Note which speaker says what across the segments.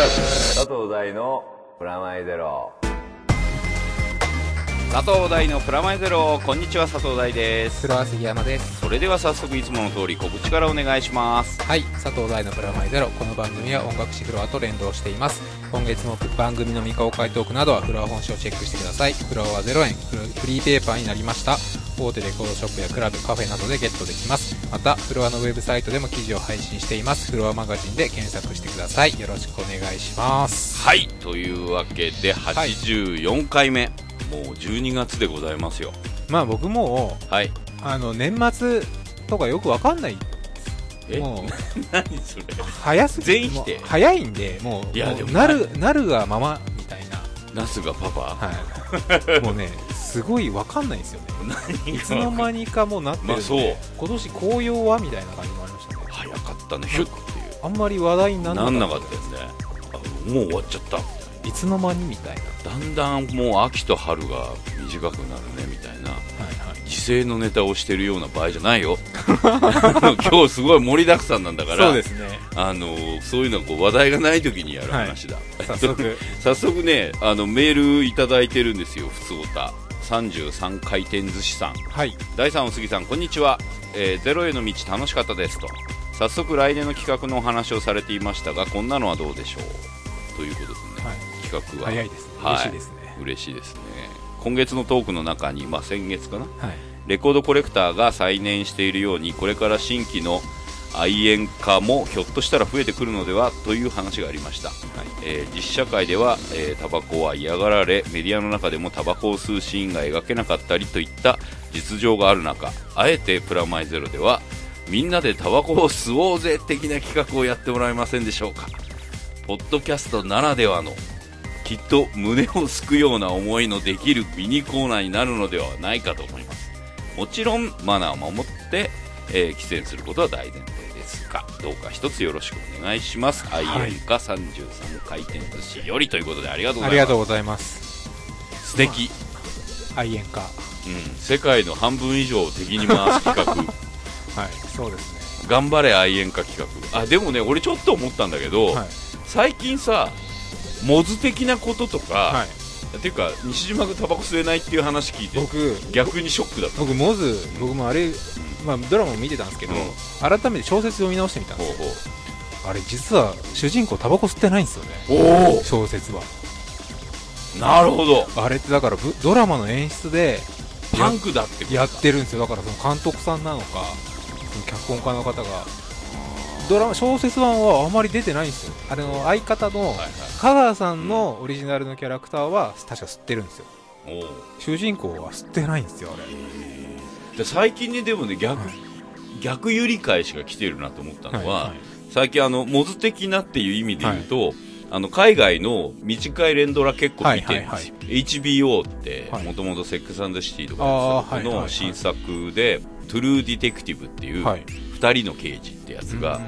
Speaker 1: 佐藤大のプラマイゼロ
Speaker 2: 佐藤大のプラマイゼロこんにちは佐藤大です
Speaker 3: プロは杉山です。
Speaker 2: それでは早速いつもの通り小口からお願いします
Speaker 3: はい、佐藤大のプラマイゼロ。この番組は音楽誌フロアと連動しています。今月も番組の未公開トークなどはフロア本誌をチェックしてください。フロアは0円、フフリーペーパーになりました。大手レコードショップやクラブ、カフェなどでゲットできます。また、フロアのウェブサイトでも記事を配信しています。フロアマガジンで検索してください。よろしくお願いします。
Speaker 2: はいというわけで
Speaker 3: い
Speaker 2: 84回目、もう12月でございますよ
Speaker 3: まあ僕も、
Speaker 2: はい
Speaker 3: あの、年末とかよくわかんない。
Speaker 2: え
Speaker 3: もう、
Speaker 2: 何それ
Speaker 3: 早すぎ
Speaker 2: 全否定
Speaker 3: もう早いんで、もう、
Speaker 2: いや
Speaker 3: もう
Speaker 2: でも
Speaker 3: なる、なるがまま、みたいな。
Speaker 2: ナスがパパ
Speaker 3: はい、もうね、すごいわかんないんですよね、いつの間にかもうなってるんで、
Speaker 2: まあそう
Speaker 3: 今年紅葉はみたいな感じもありましたね、
Speaker 2: 早かったねヒュッっていう
Speaker 3: あんまり話題にな
Speaker 2: なんん
Speaker 3: な
Speaker 2: な
Speaker 3: か
Speaker 2: か
Speaker 3: っ
Speaker 2: ったよねあもう終わっちゃったみたいな
Speaker 3: た、いつの間にみたいな、
Speaker 2: だんだんもう秋と春が短くなるねみたいな
Speaker 3: はいはい、
Speaker 2: 時勢のネタをしてるような場合じゃないよ 今日すごい盛りだくさんなんだから
Speaker 3: そうですね、
Speaker 2: あのそういうのはこう話題がない時にやる話だ、
Speaker 3: 早 速、
Speaker 2: 早速ねあのメールいただいてるんですよふつおた33回転寿司さん
Speaker 3: はい、
Speaker 2: 第3お杉さんこんにちは、えーゼロへの道楽しかったですと早速来年の企画のお話をされていましたがこんなのはどうでしょうということですね、
Speaker 3: はい
Speaker 2: 企画は
Speaker 3: 早いですね、
Speaker 2: はい
Speaker 3: 嬉しいですね、
Speaker 2: 嬉しいですね今月のトークの中に、まあ、先月かな
Speaker 3: はい、
Speaker 2: レコードコレクターが再燃しているようにこれから新規の愛煙家もひょっとしたら増えてくるのではという話がありました、えー実社会では、えータバコは嫌がられメディアの中でもタバコを吸うシーンが描けなかったりといった実情がある中あえて「プラマイゼロ」ではみんなでタバコを吸おうぜ的な企画をやってもらえませんでしょうかポッドキャストならではのきっと胸をすくような思いのできるミニコーナーになるのではないかと思いますもちろんマナーを守って、えー喫煙することは大前提ですがどうか一つよろしくお願いします愛
Speaker 3: い
Speaker 2: 煙家33回転寿司よりということでありがとうご
Speaker 3: あ
Speaker 2: ざ
Speaker 3: り
Speaker 2: い
Speaker 3: が
Speaker 2: ます
Speaker 3: とうございます、
Speaker 2: 素敵、
Speaker 3: 愛煙家、は
Speaker 2: うん、世界の半分以上を敵に回す企画
Speaker 3: い、そうです
Speaker 2: 頑張れ愛煙家企画あでもね俺ちょっと思ったんだけど、
Speaker 3: ね、はい、
Speaker 2: 最近さモズ的なこととか、
Speaker 3: はい、
Speaker 2: っていうか西島君タバコ吸えないっていう話聞いて
Speaker 3: 僕、
Speaker 2: 逆にショックだった
Speaker 3: 僕、モズ、僕もあれ、まあ、ドラマも見てたんですけど、
Speaker 2: うん
Speaker 3: 改めて小説読み直してみたん
Speaker 2: ほ
Speaker 3: です
Speaker 2: う
Speaker 3: よ、あれ、実は主人公、タバコ吸ってないんですよね、
Speaker 2: ほうお
Speaker 3: 小説は。
Speaker 2: おなるほど
Speaker 3: あれってだからぶドラマの演出で
Speaker 2: パンクだってこと
Speaker 3: やってるんですよだからその監督さんなのかその脚本家の方がドラマ小説版はあまり出てないんですよあれの相方の
Speaker 2: はい
Speaker 3: 香川さんのオリジナルのキャラクターは確か吸ってるんですよ
Speaker 2: はいおう
Speaker 3: 主人公は吸ってないんですよあれ
Speaker 2: で最近ねでもね逆、
Speaker 3: はい
Speaker 2: 逆ゆり返しが来てるなと思ったのは、
Speaker 3: はいはい
Speaker 2: 最近あのモズ的なっていう意味で言うと、あの海外の短い連ドラ結構見てるんですよ、
Speaker 3: はいはい
Speaker 2: HBO って
Speaker 3: はい
Speaker 2: もともと「セックスシティ」とか
Speaker 3: あーは
Speaker 2: やって
Speaker 3: い
Speaker 2: た
Speaker 3: はいは
Speaker 2: の
Speaker 3: い
Speaker 2: 新作で「トゥルー・ディテクティブ」っていう
Speaker 3: はい
Speaker 2: 2人の刑事ってやつが、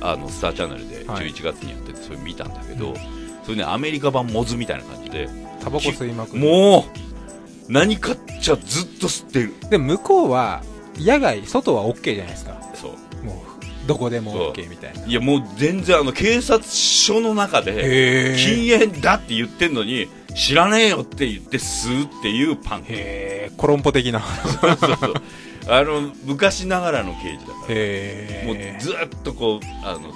Speaker 2: あのスターチャンネルで
Speaker 3: はい
Speaker 2: 11月にやっててそれ見たんだけど、それねアメリカ版モズみたいな感じで
Speaker 3: タバコ吸いまくる
Speaker 2: もう何かっちゃずっと吸ってる
Speaker 3: で向こうは野外外は OK じゃないですか
Speaker 2: そう
Speaker 3: もうどこで
Speaker 2: そう
Speaker 3: も OK みたいない
Speaker 2: やもう全然あの警察署の中で
Speaker 3: へ
Speaker 2: 禁煙だって言ってんのに知らねえよって言って吸うっていうパンク
Speaker 3: へえコロンポ的な
Speaker 2: そうそうそうあの昔ながらの刑事だから
Speaker 3: へ
Speaker 2: もうずっとこうあの吸う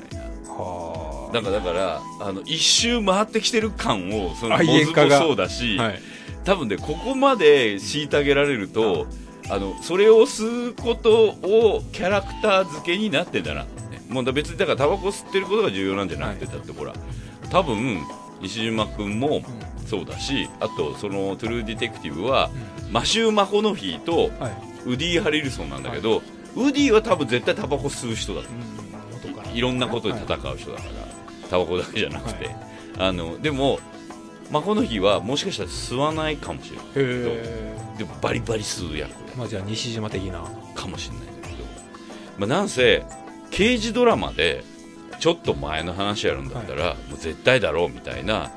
Speaker 2: みたいな
Speaker 3: は
Speaker 2: なんかだからあの一周回ってきてる感をその
Speaker 3: あ
Speaker 2: モズ
Speaker 3: 家
Speaker 2: も
Speaker 3: 化が
Speaker 2: そうだし、
Speaker 3: あはい
Speaker 2: 多分ねここまで虐げられるとあのそれを吸うことをキャラクター付けになってんだなってねもうだ別にだからタバコ吸ってることが重要なんじゃなくて、
Speaker 3: は
Speaker 2: だってほら多分西島君もそうだしあとその「トゥルー・ディテクティブは」マシュー・マコノヒーと
Speaker 3: はい
Speaker 2: ウディ・ハリルソンなんだけど、ウディは多分絶対タバコ吸う人だと
Speaker 3: 元から
Speaker 2: いろんなことで戦
Speaker 3: は
Speaker 2: う人だから、タバコだけじゃなくて、
Speaker 3: は
Speaker 2: あのでも、まあ、この日はもしかしたら吸わないかもしれない
Speaker 3: いへ
Speaker 2: でもバリバリ吸う役
Speaker 3: ーまあじゃあ西島的な
Speaker 2: かもしれないんだけど、まあ、なんせ刑事ドラマでちょっと前の話やるんだったら、もう絶対だろうみたいな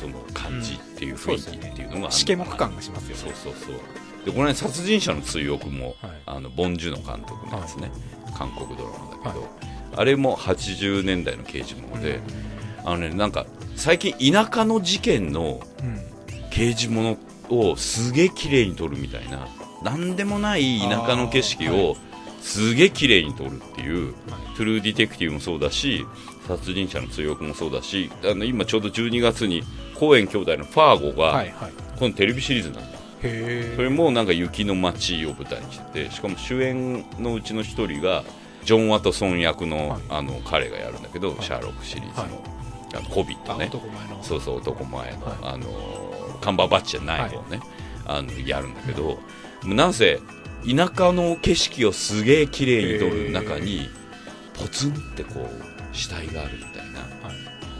Speaker 2: その感じっていう雰囲気っていうのがあるのかな
Speaker 3: 試験目感がしますよ
Speaker 2: そう
Speaker 3: ね
Speaker 2: そうそうでこの辺殺人者の追憶も、
Speaker 3: はい
Speaker 2: あのボン・ジュの監督のやつね、韓国ドラマだけど、あれも80年代の刑事もので、あのねなんか最近田舎の事件の
Speaker 3: うん
Speaker 2: 刑事物をすげえ綺麗に撮るみたいななんでもない田舎の景色
Speaker 3: あー
Speaker 2: をすげえ綺麗に撮るっていう、
Speaker 3: はい
Speaker 2: トゥルーディテクティブもそうだし殺人者の追憶もそうだしあの今ちょうど12月に公園兄弟のファーゴが、
Speaker 3: はいはい
Speaker 2: このテレビシリーズなんだ
Speaker 3: へえ
Speaker 2: それもなんか雪の街を舞台にしててしかも主演のうちの一人がジョン・ワトソン役の,、
Speaker 3: はい
Speaker 2: あの彼がやるんだけど、
Speaker 3: い
Speaker 2: シャーロックシリーズの
Speaker 3: は
Speaker 2: 「あのコビット
Speaker 3: あ
Speaker 2: ね」
Speaker 3: 男前の
Speaker 2: そうそう男前の,、
Speaker 3: はい
Speaker 2: あのカンバーバッチじゃない方ね、あのやるんだけど、もうなんせ田舎の景色をすげえ綺麗に撮る中にポツンってこう死体があるみたいな
Speaker 3: はい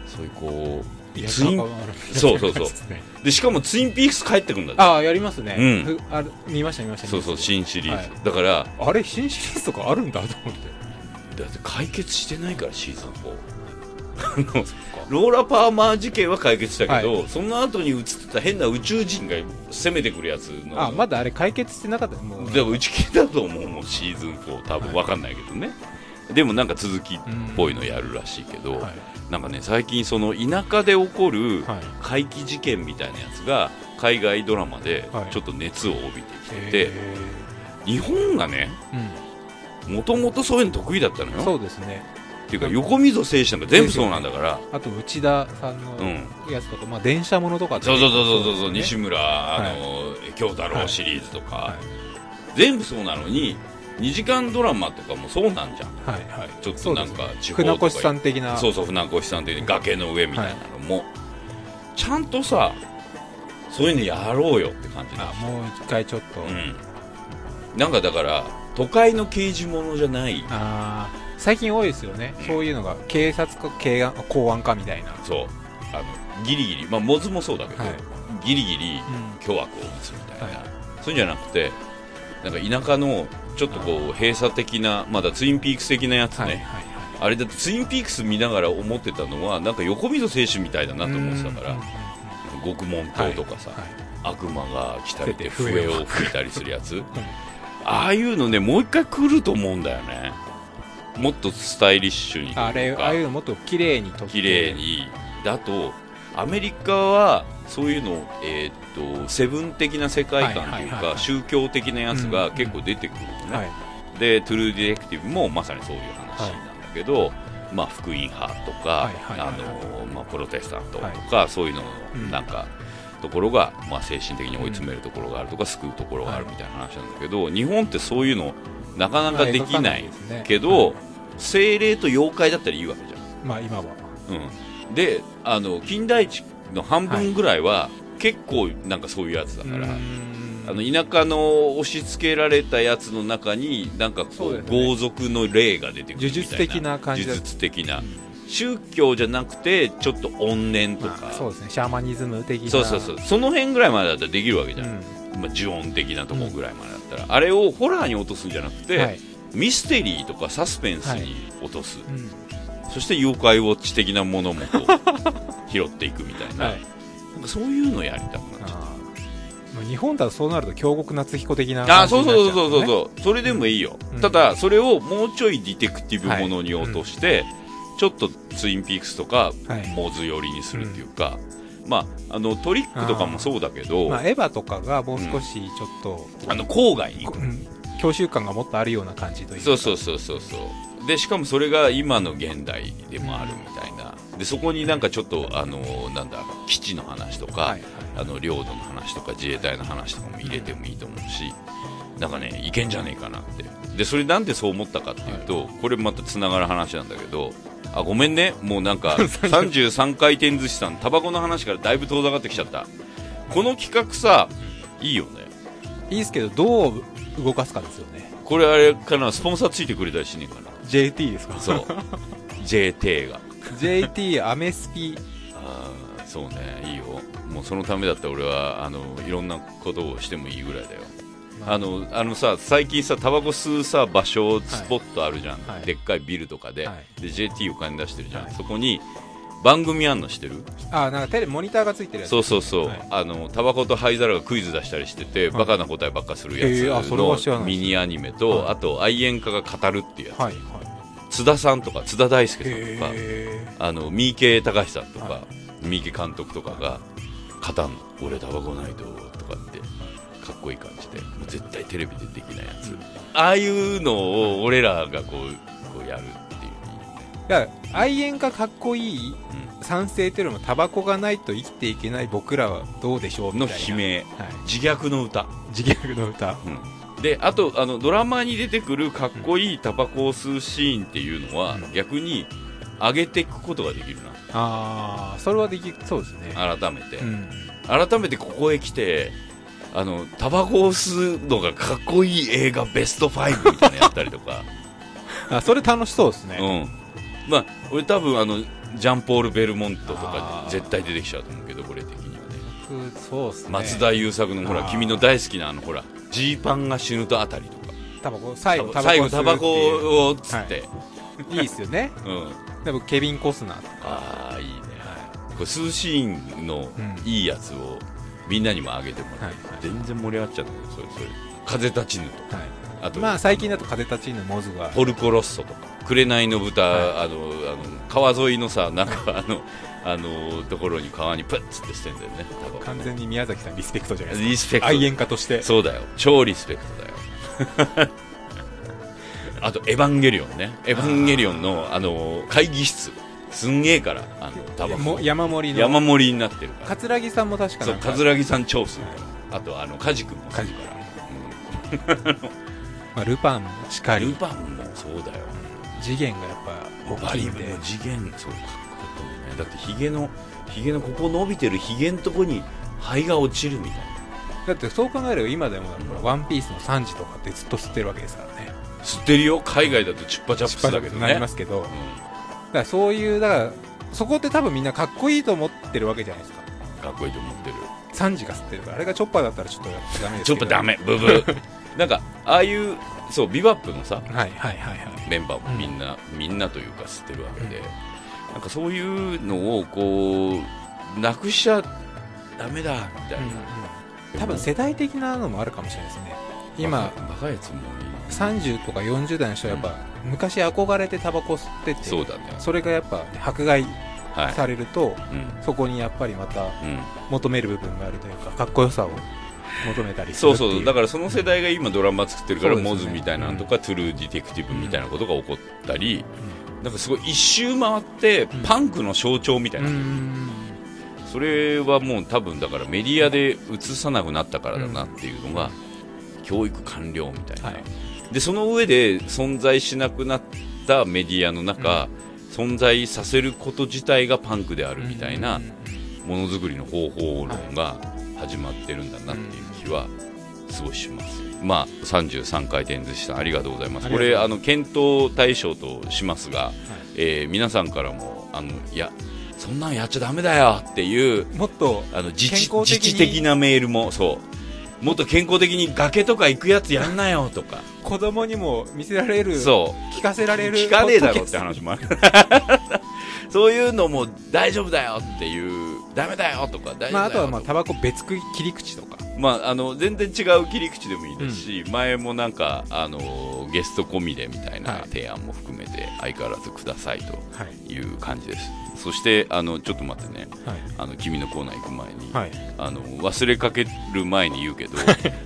Speaker 2: そういうこう
Speaker 3: いや
Speaker 2: ツイ
Speaker 3: なん
Speaker 2: ン
Speaker 3: かある
Speaker 2: そうそうそう
Speaker 3: 感じですね
Speaker 2: でしかもツインピークス帰ってくるんだぜ
Speaker 3: ああやりますね
Speaker 2: うん
Speaker 3: ふあれ見ました見ました
Speaker 2: そうそう
Speaker 3: 見まし
Speaker 2: 新シリーズ、
Speaker 3: は
Speaker 2: だから
Speaker 3: たあれ新シリーズとかあるんだと思って
Speaker 2: だって解決してないからシーズン4あの ローラ・パーマー事件は解決したけど、その後に映ってた変な宇宙人が攻めてくるやつの
Speaker 3: あまだあれ解決してなかったもう
Speaker 2: でも打ち切りだと思うもうシーズン4多分わかんないけどね、でもなんか続きっぽいのやるらしいけど、
Speaker 3: はい
Speaker 2: なんかね最近その田舎で起こる
Speaker 3: はい
Speaker 2: 怪奇事件みたいなやつが海外ドラマで
Speaker 3: はい
Speaker 2: ちょっと熱を帯びてきてて、
Speaker 3: へ
Speaker 2: 日本がね
Speaker 3: ー
Speaker 2: もともとそういうの得意だったの
Speaker 3: うん
Speaker 2: よ
Speaker 3: そうですね
Speaker 2: っていうか横溝正史なんか全部そうなんだから、
Speaker 3: あと内田さんのやつとかまあ電車ものとかって
Speaker 2: そうそうそうそうそう
Speaker 3: ですね
Speaker 2: 西村、あの京太郎シリーズとか、
Speaker 3: はい
Speaker 2: 全部そうなのに2時間ドラマとかもそうなんじゃん、
Speaker 3: はいはい
Speaker 2: ちょっとなんか地方
Speaker 3: 船
Speaker 2: とか
Speaker 3: 越さん的な
Speaker 2: そうそう船越さんっていうね崖の上みたいなのも、ちゃんとさそういうのやろうよって感じだ
Speaker 3: あもう一回ちょっと、
Speaker 2: うんなんかだから都会の刑事ものじゃない
Speaker 3: あー最近多いですよね、そういうのが警察か警案公安かみたいな、
Speaker 2: そうあのギリギリまあモズもそうだけど、
Speaker 3: はい
Speaker 2: ギリギリ
Speaker 3: うん
Speaker 2: 巨悪を持つみたいな、
Speaker 3: はい
Speaker 2: そういうんじゃなくてなんか田舎のちょっとこう閉鎖的なまだツインピークス的なやつね、
Speaker 3: はいはい
Speaker 2: あれだってツインピークス見ながら思ってたのはなんか横溝選手みたいだなと思ってたから獄門島とかさ、
Speaker 3: はい
Speaker 2: 悪魔が来たりで
Speaker 3: 笛を
Speaker 2: 笛を吹いたりする やつああいうのねもう一回来ると思うんだよねもっとスタイリッシュにとか
Speaker 3: あれああいうのもっと綺麗に撮って
Speaker 2: 綺麗にだとアメリカはそういうの、えーっとセブン的な世界観という
Speaker 3: はいはいはいは
Speaker 2: か
Speaker 3: い
Speaker 2: 宗教的なやつ
Speaker 3: う
Speaker 2: が
Speaker 3: ん
Speaker 2: 結構出てくるのね、
Speaker 3: はい
Speaker 2: で「トゥルー・ディレクティブ」もまさにそういう話なんだけど、まあ、福音派とか
Speaker 3: はいはいはい
Speaker 2: あのまあプロテスタントとか、そういうの
Speaker 3: うん
Speaker 2: なんか、ところが、まあ、精神的に追い詰めるところがあるとか、救うところがあるみたいな話なんだけど、日本ってそういうのなかなかできない
Speaker 3: まあ描かですね
Speaker 2: けど、精霊と妖怪だったらいいわけじ
Speaker 3: まあ今は
Speaker 2: ゃん。うん、であの近代地の半分ぐらいは、結構なんかそういうやつだから。
Speaker 3: うーん
Speaker 2: あの田舎の押し付けられたやつの中になんかこ
Speaker 3: そう
Speaker 2: う
Speaker 3: ですね
Speaker 2: 豪族の霊が出てくるみたいな
Speaker 3: 呪術的な感じだ
Speaker 2: 呪術的な宗教じゃなくてちょっと怨念と
Speaker 3: ま
Speaker 2: か
Speaker 3: あそうですねシャーマニズム的な
Speaker 2: そうそうそうその辺ぐらいまでだったらできるわけじゃん、
Speaker 3: うん
Speaker 2: まあ、呪音的なとこぐらいまでだったら、あれをホラーに落とすんじゃなくて、
Speaker 3: はい
Speaker 2: ミステリーとかサスペンスに落とす、
Speaker 3: うん
Speaker 2: そして妖怪ウォッチ的なものもこ う拾っていくみたいな,、
Speaker 3: はい
Speaker 2: なんかそういうのやりたくなっちゃった
Speaker 3: あーまあ日本だとそうなると京極夏彦的な
Speaker 2: あ
Speaker 3: 感じ
Speaker 2: そう
Speaker 3: にな
Speaker 2: そ
Speaker 3: っちゃ
Speaker 2: うそうそう
Speaker 3: う
Speaker 2: そうそれでもいいよ、
Speaker 3: うん
Speaker 2: ただそれをもうちょいディテクティブものに落として、ちょっとツインピークスとか、
Speaker 3: はい
Speaker 2: モズ寄りにするっていうか、まああのトリックとかもそうだけど
Speaker 3: ま
Speaker 2: あ
Speaker 3: あエヴァとかがもう少しちょっと、
Speaker 2: の郊外に行
Speaker 3: こ
Speaker 2: く
Speaker 3: うん教習感がもっとあるような感じというか
Speaker 2: そうそうそうそうそうでしかもそれが今の現代でもあるみたいなでそこになんかちょっとあのなんだ基地の話とか、
Speaker 3: はい
Speaker 2: あの領土の話とか自衛隊の話とかも入れてもいいと思うし、なんかね、いけんじゃねえかなって、でそれなんでそう思ったかっていうと、これまたつながる話なんだけど、あごめんね、もうなん か33回転寿司さん、タバコの話からだいぶ遠ざかってきちゃった、この企画さ、いいよね、
Speaker 3: いいですけどどう動かすかですよね
Speaker 2: これあれかな、スポンサーついてくれたりしねえかな、
Speaker 3: JT ですか
Speaker 2: そう JT が。
Speaker 3: JT アメスピ
Speaker 2: あーそうねいいよもうそのためだったら俺はあのいろんなことをしてもいいぐらいだよあのあのさ最近さタバコ吸うさ場所スポットあるじゃん、
Speaker 3: はい
Speaker 2: でっかいビルとかで,、
Speaker 3: は
Speaker 2: で JT お金出してるじゃん、
Speaker 3: はい
Speaker 2: そこに番組あんのしてる
Speaker 3: あなんかテレビモニターがついてるやつ
Speaker 2: そうそうそう、
Speaker 3: はい
Speaker 2: あのタバコと灰皿がクイズ出したりしてて、バカな答えばっかするや
Speaker 3: へーあ
Speaker 2: つ
Speaker 3: それは知ら
Speaker 2: の
Speaker 3: ないで
Speaker 2: ミ
Speaker 3: す
Speaker 2: ニアニメと、
Speaker 3: はい
Speaker 2: あと愛煙家が語るっていうやつ、
Speaker 3: はいは
Speaker 2: 津田さんとか津田大輔さんとか
Speaker 3: へ
Speaker 2: あの三池隆さんとか、
Speaker 3: は
Speaker 2: 三池監督とかが「勝たん俺タバコないと」とかってかっこいい感じでもう絶対テレビでできないやつ、ああいうのを俺らがこうこうやるっていう
Speaker 3: だから愛煙がかっこいい
Speaker 2: うん
Speaker 3: 賛成というよりもタバコがないと生きていけない僕らはどうでしょうみ
Speaker 2: の
Speaker 3: たいな
Speaker 2: 悲鳴
Speaker 3: はい
Speaker 2: 自虐の歌、
Speaker 3: 自虐の歌
Speaker 2: うん、であとあのドラマに出てくるかっこいいタバコを吸うシーンっていうのは、
Speaker 3: うん
Speaker 2: 逆に上げていくことができる
Speaker 3: ああそれはできそうですね
Speaker 2: な改めて、
Speaker 3: うん
Speaker 2: 改めてここへ来てあのタバコを吸うのがかっこいい映画ベスト5みたいなのやったりとか、
Speaker 3: あそれ楽しそうです ね
Speaker 2: うんまあ、俺多分あのジャンポール・ベルモントとか
Speaker 3: あー
Speaker 2: 絶対出てきちゃうと思うけどこれ的にはね
Speaker 3: 僕そうですね
Speaker 2: 松田優作のほら
Speaker 3: あー
Speaker 2: 君の大好きなあのほらジーパンが死ぬとあたりとか
Speaker 3: タバコ最後タバコ
Speaker 2: 最後
Speaker 3: 吸う
Speaker 2: タバコ
Speaker 3: っ
Speaker 2: をつって、
Speaker 3: ていういいっすよね
Speaker 2: うん、
Speaker 3: でもケビン・コスナーと
Speaker 2: ああいいね、これスーシーンの
Speaker 3: うん
Speaker 2: いいやつをみんなにもあげてもらって、
Speaker 3: はいは
Speaker 2: 全
Speaker 3: い
Speaker 2: 然盛り上がっちゃったけどそれそれ風立ちぬと
Speaker 3: か、
Speaker 2: あと、
Speaker 3: まあ最近だと風立ちぬモズは
Speaker 2: ポルコロッソとか紅の豚、
Speaker 3: は
Speaker 2: あのあの川沿いのさなんかあのあのところに川にプッつって捨てんだよねタバコね
Speaker 3: 完全に宮崎さんリスペクトじゃないです
Speaker 2: リスペ
Speaker 3: か
Speaker 2: ク
Speaker 3: 愛
Speaker 2: ト
Speaker 3: 煙家として
Speaker 2: そうだよ超リスペクトだよ あと「エヴァンゲリオンね」エヴァンゲリオンのあの会議室すんげえからあのタバコ
Speaker 3: も山盛りの
Speaker 2: 山盛りになってるから
Speaker 3: 桂木さんも確か
Speaker 2: そう
Speaker 3: なんか
Speaker 2: 桂木さん超するからあとあの梶君もするから、
Speaker 3: まあ、ルパンもしか
Speaker 2: うんル
Speaker 3: り
Speaker 2: パンもそうだよ
Speaker 3: 次元がやっぱ
Speaker 2: バ
Speaker 3: 大きい
Speaker 2: リ
Speaker 3: んで
Speaker 2: も次元そうかっこいいねだってヒゲのヒゲのここ伸びてるヒゲのとこに肺が落ちるみたい
Speaker 3: だってそう考えれば今でもほらワンピースの3時とかってずっと吸ってるわけですからね
Speaker 2: な吸ってるよ海外だとチュッパチャップスだけど
Speaker 3: なり
Speaker 2: ね
Speaker 3: ますけどだからそういうだからそこって多分みんなかっこいいと思ってるわけじゃないですか
Speaker 2: うんかっこいいと思ってる
Speaker 3: 3時が吸ってるからあれがチョッパーだったらちょっとダメです
Speaker 2: チ
Speaker 3: け
Speaker 2: ョ
Speaker 3: ど
Speaker 2: ッパダメブブー なんかああいうそうビバップのさ
Speaker 3: はいはいはいはい
Speaker 2: メンバーもみんな、みんなというか吸ってるわけで、なんかそういうのをこうなくしちゃダメだみたいな、
Speaker 3: 多分世代的なのもあるかもしれないですね今
Speaker 2: バカやつもいい
Speaker 3: 30とか40代の人はやっぱ昔憧れてタバコ吸ってて
Speaker 2: そうだね
Speaker 3: それがやっぱ迫害
Speaker 2: はい
Speaker 3: されると、
Speaker 2: うん
Speaker 3: そこにやっぱりまた
Speaker 2: うん
Speaker 3: 求める部分があるというかかっこよさを求めたりする
Speaker 2: そ
Speaker 3: っ
Speaker 2: う
Speaker 3: てい
Speaker 2: そうだかららその世代が今ドラマ作ってるから、
Speaker 3: そうです
Speaker 2: モ
Speaker 3: ね
Speaker 2: ズみたいなのとか、トゥルーディテクティブみたいなことが起こったり、なんかすごい一周回って
Speaker 3: ん
Speaker 2: パンクの象徴みたいうな、
Speaker 3: ん
Speaker 2: それはもう多分だからメディアで映さなくなったからだなっていうのが、教育完了みたいな、
Speaker 3: はい
Speaker 2: でその上で存在しなくなったメディアの中、存在させること自体がパンクであるみたいな、ものづくりの方法論が始まってるんだなっていう気はすごいします、まあ33回転寿司さんありがとうございます
Speaker 3: あり
Speaker 2: こ
Speaker 3: がとうご
Speaker 2: れ
Speaker 3: ざ
Speaker 2: あの検討対象としますが、えー皆さんからもあのいやそんなんやっちゃダメだよっていう
Speaker 3: もっと
Speaker 2: あの自治
Speaker 3: 健康
Speaker 2: 自
Speaker 3: 的に
Speaker 2: 治的なメールもそうもっと健康的に崖とか行くやつやんなよとか
Speaker 3: 子供にも見せられる
Speaker 2: そう
Speaker 3: 聞かせられる
Speaker 2: 聞かねえだろって話もある そういうのも大丈夫だよっていうダメだよとか大丈夫だよとか、
Speaker 3: まあ、あとはまあタバコ別切り口とか
Speaker 2: まあ、あの全然違う切り口でもいいですし、前もなんか、あのゲスト込みでみたいな
Speaker 3: はい
Speaker 2: 提案も含めて相変わらずくださいと
Speaker 3: はい
Speaker 2: いう感じです、そしてあのちょっと待ってね
Speaker 3: はい
Speaker 2: あの君のコーナー行く前に、
Speaker 3: はい
Speaker 2: あの忘れかける前に言うけど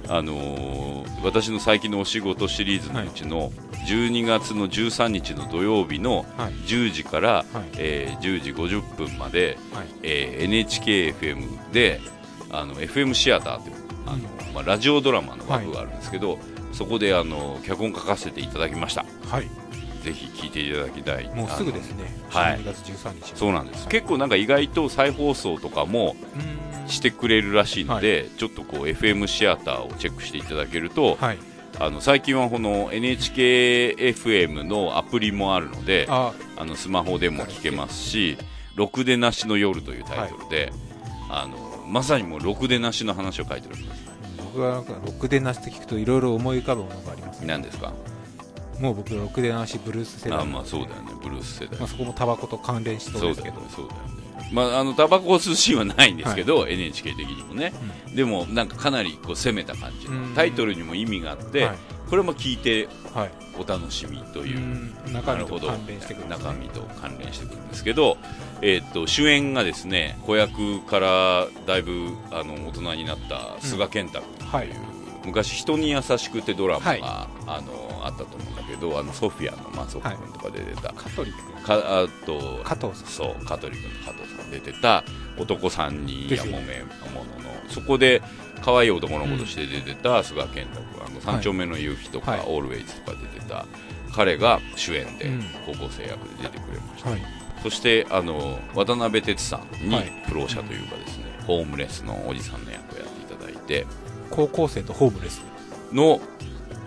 Speaker 2: あの私の最近のお仕事シリーズのうちの12月の13日の土曜日の
Speaker 3: はい
Speaker 2: 10時から、
Speaker 3: はい
Speaker 2: えー10時50分まで、
Speaker 3: はい
Speaker 2: えー NHKFM であの FM シアターというあの、まあ、ラジオドラマの枠があるんですけど、そこであの脚本書かせていただきました
Speaker 3: はい
Speaker 2: ぜひ聞いていただきたい
Speaker 3: もうすぐです
Speaker 2: あ
Speaker 3: ね
Speaker 2: はい
Speaker 3: 12月13日
Speaker 2: のそうなんです結構なんか意外と再放送とかも
Speaker 3: うーん
Speaker 2: してくれるらしいので、ちょっとこう FM シアターをチェックしていただけると、
Speaker 3: はい
Speaker 2: あの最近はこの NHKFM のアプリもあるので
Speaker 3: あ
Speaker 2: あのスマホでも聞けますし「ろくでなしの夜」というタイトルで、あのまさにもうろくでなしの話を書いてるんです
Speaker 3: 僕はなんかろくでなしって聞くといろいろ思い浮かぶものがあります
Speaker 2: 何ですか
Speaker 3: もう僕ろくでなしブルース世代
Speaker 2: あまあそうだよねブルース世代
Speaker 3: まあ、そこもタバコと関連しそう
Speaker 2: そ
Speaker 3: で
Speaker 2: う
Speaker 3: す
Speaker 2: だ
Speaker 3: け
Speaker 2: よね
Speaker 3: ど、
Speaker 2: そうだよねまああのタバコを吸うシーンはないんですけど、NHK 的にもね、でもなんかかなりこう攻めた感じの、
Speaker 3: うん
Speaker 2: タイトルにも意味があって、
Speaker 3: はい
Speaker 2: ここれも聞いて
Speaker 3: はい
Speaker 2: お楽しみといううん
Speaker 3: 中
Speaker 2: な
Speaker 3: 身と
Speaker 2: るほど
Speaker 3: 関連してくるんですね
Speaker 2: 中身と関連してくるんですけど、えーっと主演がですね子役からだいぶあの大人になった菅健太君と
Speaker 3: はい
Speaker 2: いう、昔「人に優しく」てドラマが、
Speaker 3: はい
Speaker 2: あのあったと思うんだけどあのソフィアの松岡君とかで出た、
Speaker 3: 香取君
Speaker 2: かあと
Speaker 3: 加藤さん
Speaker 2: そう香取君と加藤さん出てた男さんに
Speaker 3: で
Speaker 2: や
Speaker 3: す
Speaker 2: も
Speaker 3: よね
Speaker 2: めもののそこで可愛い男の子として出てた菅健太君、あの三丁目の夕日とか、
Speaker 3: はい
Speaker 2: オールウェイズとか出てた彼が主演で
Speaker 3: うん
Speaker 2: 高校生役で出てくれました、
Speaker 3: はい
Speaker 2: そしてあの渡辺哲さんに
Speaker 3: はい
Speaker 2: プロ社というかですね、ホームレスのおじさんの役をやっていただいて
Speaker 3: 高校生とホームレス
Speaker 2: の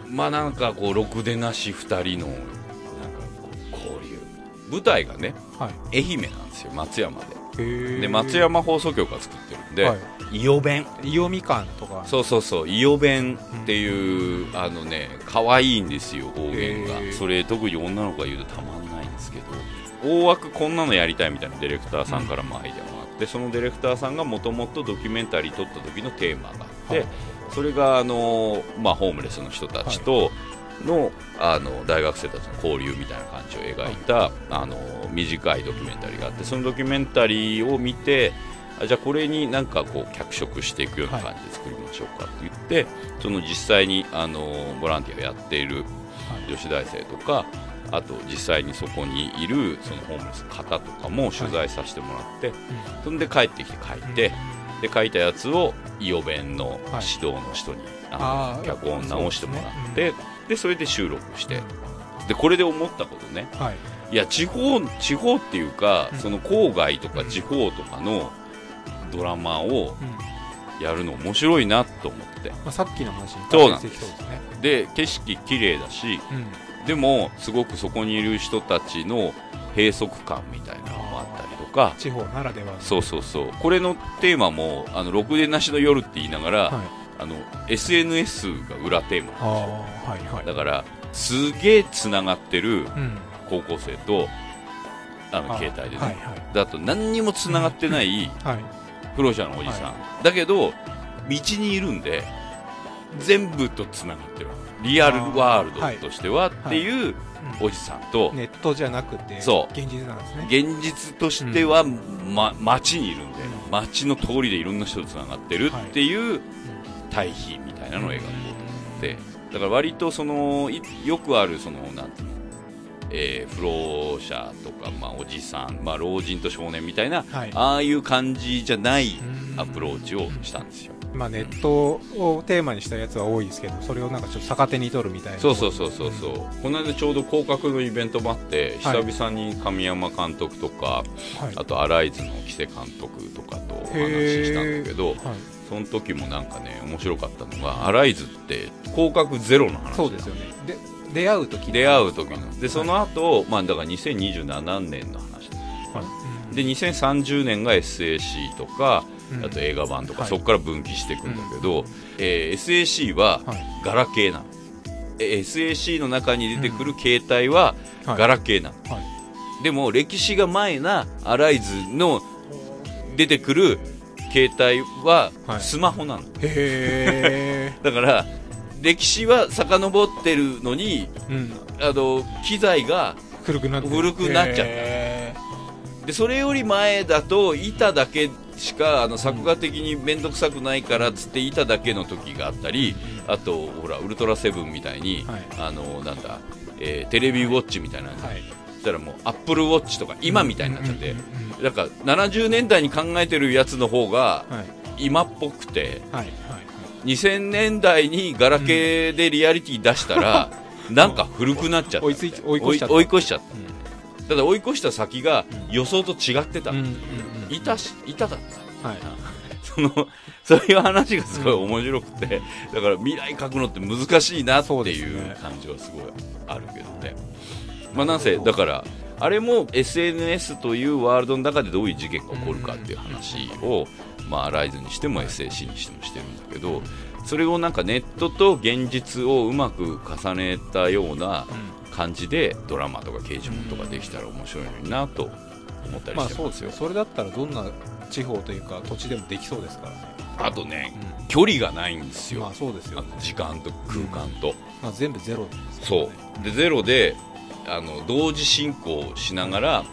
Speaker 2: まあなんかこうろくでなし2人のなんかこう交流舞台がね
Speaker 3: はい
Speaker 2: 愛媛なんですよ松山で
Speaker 3: へ
Speaker 2: で松山放送局が作ってるんで、
Speaker 3: は
Speaker 2: 伊予弁
Speaker 3: い、イオみかんとか
Speaker 2: そうそうそう伊予弁っていう、あのね可愛いんですよ方言が、
Speaker 3: へー
Speaker 2: それ特に女の子が言うとたまんないんですけど大枠こんなのやりたいみたいなディレクターさんからまあアイデアもあってそのディレクターさんがもともとドキュメンタリー撮った時のテーマがあって、
Speaker 3: はい
Speaker 2: それがあの、まあ、ホームレスの人たちとの,、あの大学生たちの交流みたいな感じを描いた、あの短いドキュメンタリーがあってそのドキュメンタリーを見てあじゃあこれになんかこう脚色していくような感じで作りましょうかって言って、その実際にあのボランティアをやっている女子大生とかあと実際にそこにいるそのホームレスの方とかも取材させてもらって、そんで帰ってきて書いて、で書いたやつをイオ弁の指導の人に、あの
Speaker 3: あー
Speaker 2: 脚本直してもらっ
Speaker 3: そうで
Speaker 2: てで,、それで収録してでこれで思ったことね
Speaker 3: はい
Speaker 2: いや地方地方っていうか、
Speaker 3: うん
Speaker 2: その郊外とか
Speaker 3: うん
Speaker 2: 地方とかのドラマを
Speaker 3: うんま
Speaker 2: やるの面白いなと思って
Speaker 3: あ、さっきの話に
Speaker 2: そうなん
Speaker 3: できそうですね
Speaker 2: で景色綺麗だしでもすごくそこにいる人たちの閉塞感みたいなのもあったりとか
Speaker 3: 地方ならではの
Speaker 2: そうそうそうこれのテーマも「あのろくでなしの夜」って言いながら、
Speaker 3: はい
Speaker 2: あの SNS が裏テーマ
Speaker 3: ああはいはい
Speaker 2: だからすげえつながってる
Speaker 3: うん
Speaker 2: 高校生とあの
Speaker 3: あ
Speaker 2: 携帯でね、
Speaker 3: はいは
Speaker 2: だと何にもつながってない
Speaker 3: いはい
Speaker 2: プロ者のおじさん、だけど道にいるんで全部とつながってるリアルワールドとしてはっていう
Speaker 3: う
Speaker 2: おじさんと
Speaker 3: んネットじゃなくて
Speaker 2: そう
Speaker 3: 現実なんですね
Speaker 2: 現実としては、ま、街にいるんで
Speaker 3: うん
Speaker 2: 街の通りでいろんな人とつながってるっていう対比みたいなのを描こうってだから割とそのいよくあるそのなんていうの、えー不老者とか、まあ、おじさん、まあ、老人と少年みたいな、
Speaker 3: はい
Speaker 2: ああいう感じじゃない
Speaker 3: うん
Speaker 2: アプローチをしたんですよ、
Speaker 3: まあネットをテーマにしたやつは多いですけどそれをなんかちょっと逆手に取るみたいな
Speaker 2: そうそうそうそうそうこの間ちょうど広角のイベントもあって
Speaker 3: はい
Speaker 2: 久々に神山監督とか、
Speaker 3: はい
Speaker 2: あとアライズの木瀬監督とかとお話ししたんだけど
Speaker 3: はい
Speaker 2: その時もなんかね面白かったのがアライズって広角ゼロの話
Speaker 3: そうですよねで出会う時
Speaker 2: 出会う時のでその後、まあだから2027年の話
Speaker 3: はい
Speaker 2: で2030年が SAC とか
Speaker 3: うん
Speaker 2: あと映画版とか、
Speaker 3: はい
Speaker 2: そこから分岐していくんだけど、えー SAC は
Speaker 3: はい
Speaker 2: ガラケーなの、えー SAC の中に出てくる携帯は
Speaker 3: はい
Speaker 2: ガラケーなの、
Speaker 3: はい
Speaker 2: でも歴史が前なアライズの出てくる携帯は
Speaker 3: はい
Speaker 2: スマホなの、
Speaker 3: へ
Speaker 2: だから歴史は遡ってるのに
Speaker 3: え、 うん、
Speaker 2: あの機材が
Speaker 3: 古くなって
Speaker 2: 古くなっちゃった
Speaker 3: た
Speaker 2: でそれより前だと板だけしかあの作画的に面倒くさくないからっつって板だけの時があったりあとほらウルトラセブンみたいに、
Speaker 3: はい
Speaker 2: あのなんだ、えーテレビウォッチみたいなの
Speaker 3: はい
Speaker 2: そしたらもうアップルウォッチとか今みたいになっちゃって
Speaker 3: うんうんうん
Speaker 2: なんか70年代に考えてるやつの方が
Speaker 3: はい
Speaker 2: 今っぽくて
Speaker 3: はいはい
Speaker 2: 2000年代にガラケーでリアリティ出したら、なんか古くなっちゃった
Speaker 3: 追いつい追い越しちゃった
Speaker 2: 追い越しちゃったただ追い越した先が予想と違ってた、
Speaker 3: うんうんうんうん
Speaker 2: いたし板だった
Speaker 3: はい
Speaker 2: そのそういう話がすごい面白くて、だから未来書くのって難しいなって
Speaker 3: そうで
Speaker 2: い
Speaker 3: す
Speaker 2: う
Speaker 3: ね
Speaker 2: 感じはすごいあるけどね。まあ、なんせだからあれも SNS というワールドの中でどういう事件が起こるかっていう話を、まあ、アライズにしても SAC にしてもしてるんだけどそれをなんかネットと現実をうまく重ねたような感じでドラマとか刑事物とかできたら面白いのになと思ったり
Speaker 3: まあ
Speaker 2: して
Speaker 3: そう
Speaker 2: ま
Speaker 3: ですす
Speaker 2: よ
Speaker 3: よ。それだったらどんな地方というか土地でもできそうですからね
Speaker 2: あとね、距離がないんですよ、
Speaker 3: まあそうですよね、
Speaker 2: 時間と空間と、
Speaker 3: まあ、全部ゼロですよね
Speaker 2: そうでゼロであの同時進行しながら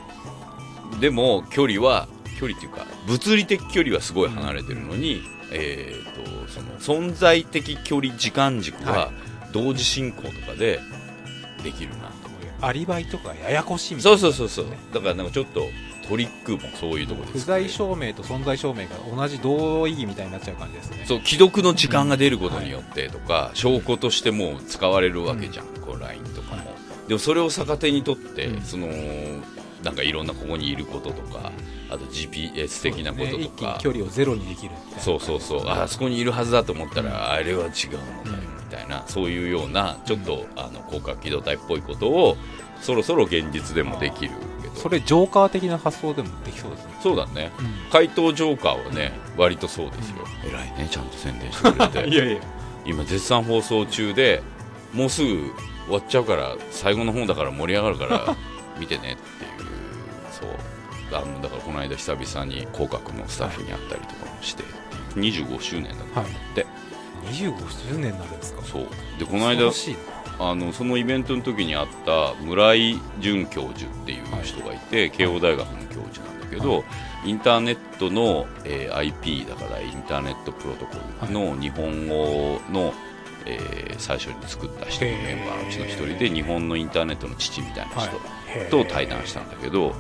Speaker 2: でも距離は距離っていうか物理的距離はすごい離れてるのに、えー、とその存在的距離時間軸は
Speaker 3: は
Speaker 2: 同時進行とかでできるなと、
Speaker 3: アリバイとかややこしいみたい
Speaker 2: そう
Speaker 3: な
Speaker 2: そうそうそうだからなんかちょっとトリックもそういうところ
Speaker 3: 不
Speaker 2: です、
Speaker 3: 在証明と存在証明が同じ同意義みたいになっちゃう感じですね
Speaker 2: そう既読の時間が出ることによってとか、証拠としてもう使われるわけじゃん、こう LINE とかも、でもそれを逆手にとって、
Speaker 3: うん
Speaker 2: そのなんかいろんなここにいることとかあと GPS 的なこと
Speaker 3: そ
Speaker 2: と
Speaker 3: うですね一気に
Speaker 2: か
Speaker 3: 距離をゼロにできるみたいな
Speaker 2: そうそうそうああそこにいるはずだと思ったら、あれは違うのだよ
Speaker 3: う
Speaker 2: みたいな、そういうようなちょっと、あの広角機動隊っぽいことをそろそろ現実でもできるけど
Speaker 3: それジョーカー的な発想でもできそうですね、
Speaker 2: そうだね
Speaker 3: うん
Speaker 2: 怪盗ジョーカーはね割とそうですよ、偉いねちゃんと宣伝してくれて
Speaker 3: いやいや
Speaker 2: 今絶賛放送中でもうすぐ終わっちゃうから最後の方だから盛り上がるから 見てねっていうそうあのだからこの間久々に広角のスタッフに会ったりとかもして25周年だった
Speaker 3: はい
Speaker 2: で
Speaker 3: 25周年になるんですか
Speaker 2: そうでこの間
Speaker 3: 恐ろしいな
Speaker 2: あのそのイベントの時に会った村井淳教授っていう人がいて、慶応大学の教授なんだけど、インターネットの、えー IP だからインターネットプロトコルの日本語の、えー最初に作った人のメンバーのうちの一人で日本のインターネットの父みたいな人
Speaker 3: はい
Speaker 2: と対談したんだけど、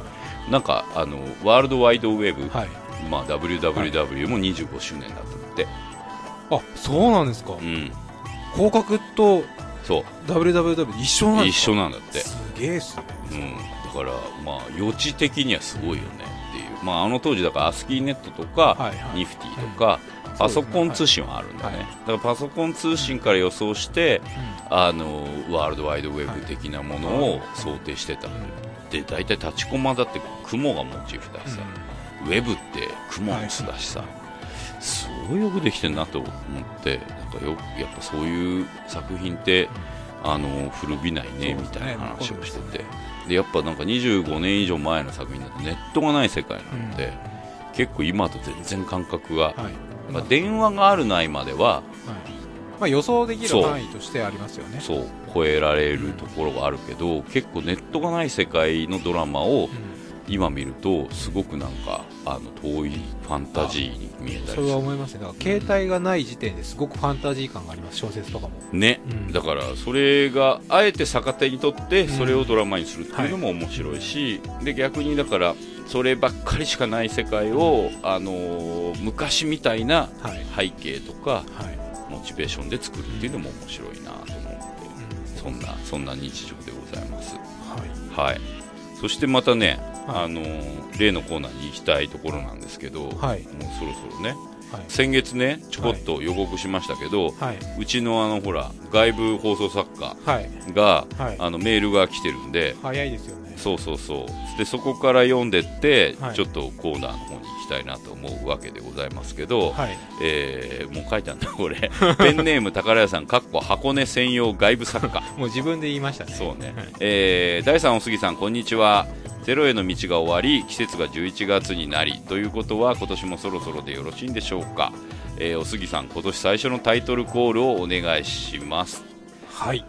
Speaker 2: なんかあのワールドワイドウェブ、
Speaker 3: はい
Speaker 2: まあ、WWW も25周年だったんだって、
Speaker 3: あそうなんですか
Speaker 2: うん、
Speaker 3: 広角と
Speaker 2: そ
Speaker 3: WWW 一緒な
Speaker 2: うん一
Speaker 3: ですか
Speaker 2: 緒なんだって。
Speaker 3: すげえっすね
Speaker 2: うん、だから、まあ、余地的にはすごいよねっていう、まあ、あの当時、だからアスキーネットとか、
Speaker 3: はいはい
Speaker 2: ニフティとか、パソコン通信はあるんだね、
Speaker 3: はい
Speaker 2: だからパソコン通信から予想して、
Speaker 3: う
Speaker 2: あのワールドワイドウェブ的なものを想定してた、で大体、立ちコマだって雲がモチーフだしさ、ウェブって雲の巣だしさ、すごいよくできてるなと思って、なんかよやっぱそういう作品って、あの古びないね
Speaker 3: そうですね
Speaker 2: みたいな話をして
Speaker 3: 残
Speaker 2: て
Speaker 3: る
Speaker 2: で,、やっぱなんか25年以上前の作品だとネットがない世界なので、結構今と全然感覚が、
Speaker 3: はい
Speaker 2: まあ、電話があるないまでは
Speaker 3: はいまあ、予想でき
Speaker 2: そう
Speaker 3: る範囲としてありますよね
Speaker 2: そう超えられるところがあるけど、結構ネットがない世界のドラマを
Speaker 3: ん
Speaker 2: 今見るとすごくなんかあの遠いファンタジーに見えた
Speaker 3: そ
Speaker 2: り
Speaker 3: れは
Speaker 2: す
Speaker 3: 思いますねだから携帯がない時点ですごくファンタジー感があります小説とかも
Speaker 2: るね、
Speaker 3: うん
Speaker 2: だからそれがあえて逆手にとって
Speaker 3: ん
Speaker 2: それをドラマにするっていうのも面白いし、で逆にだからそればっかりしかない世界を、あのー昔みたいな
Speaker 3: はい
Speaker 2: 背景とか
Speaker 3: はい、
Speaker 2: モチベーションで作るっていうのも面白いなと思って、そんなそんな日常でございます。はい、そしてまたね、
Speaker 3: はい
Speaker 2: あのー例のコーナーに行きたいところなんですけど、
Speaker 3: はい
Speaker 2: もうそろそろね
Speaker 3: はい
Speaker 2: 先月ねちょこっと予告しましたけど、
Speaker 3: はいう
Speaker 2: ちのあのほら外部放送作家
Speaker 3: はい
Speaker 2: が、
Speaker 3: はい
Speaker 2: あのメールが来てるんで
Speaker 3: 早いですよね
Speaker 2: そうそうそうでそこから読んでって、
Speaker 3: はい
Speaker 2: ちょっとコーナーの方に行きたいなと思うわけでございますけど、
Speaker 3: はい
Speaker 2: えーもう書いてあるんだこれ ペンネーム宝屋さんかっこ箱根専用外部作家
Speaker 3: もう自分で言いましたね
Speaker 2: そうね
Speaker 3: はい、
Speaker 2: えー、第3お杉さん、こんにちは。ゼロへの道が終わり、季節が11月になり、ということは今年もそろそろでよろしいんでしょうか。えー、お杉さん、今年最初のタイトルコールをお願いします。
Speaker 3: はい。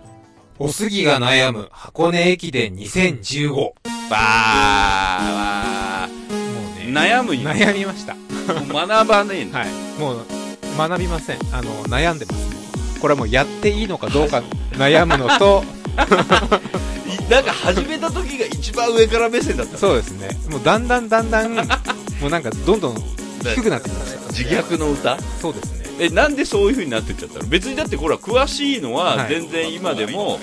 Speaker 3: おすぎが悩む箱根駅伝2015。も
Speaker 2: ば
Speaker 3: う
Speaker 2: ー、
Speaker 3: ね、
Speaker 2: 悩むよ。
Speaker 3: 悩みました。
Speaker 2: もう学ばねえんだ。
Speaker 3: はい。もう、学びません。あの、悩んでます。これはもうやっていいのかどうか 悩むのと、
Speaker 2: なんか始めた時が一番上から目線だった。
Speaker 3: そうですね。もうだんだんだんだん、もうなんかどんどん低くなってきました。
Speaker 2: 自虐の歌
Speaker 3: そうですね。
Speaker 2: え、なんでそういう風になってっちゃったの別にだってこれは詳しいのは
Speaker 3: はい
Speaker 2: 全然今でも、
Speaker 3: はい。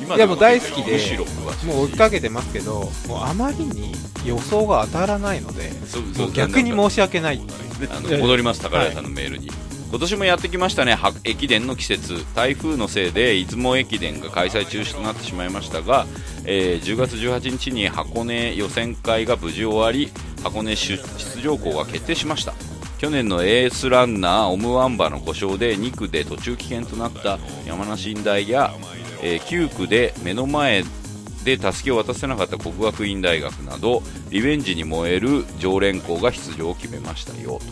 Speaker 2: 今
Speaker 3: いやもう大好きで
Speaker 2: むしろ詳しい
Speaker 3: もう追いかけてますけど、もうあまりに予想が当たらないので、
Speaker 2: そうそ
Speaker 3: も
Speaker 2: う
Speaker 3: う逆に
Speaker 2: なんか
Speaker 3: 申し訳ない。
Speaker 2: あ
Speaker 3: え
Speaker 2: の
Speaker 3: え
Speaker 2: 戻ります、宝屋さんのメールに、今年もやってきましたね、は駅伝の季節、台風のせいで出雲駅伝が開催中止となってしまいましたが、えー10月18日に箱根予選会が無事終わり、箱根出出場校が決定しました。去年のエースランナーオムワンバの故障で2区で途中棄権となった山梨院大や、えー9区で目の前でたすきを渡せなかった国学院大学などリベンジに燃える常連校が出場を決めましたよと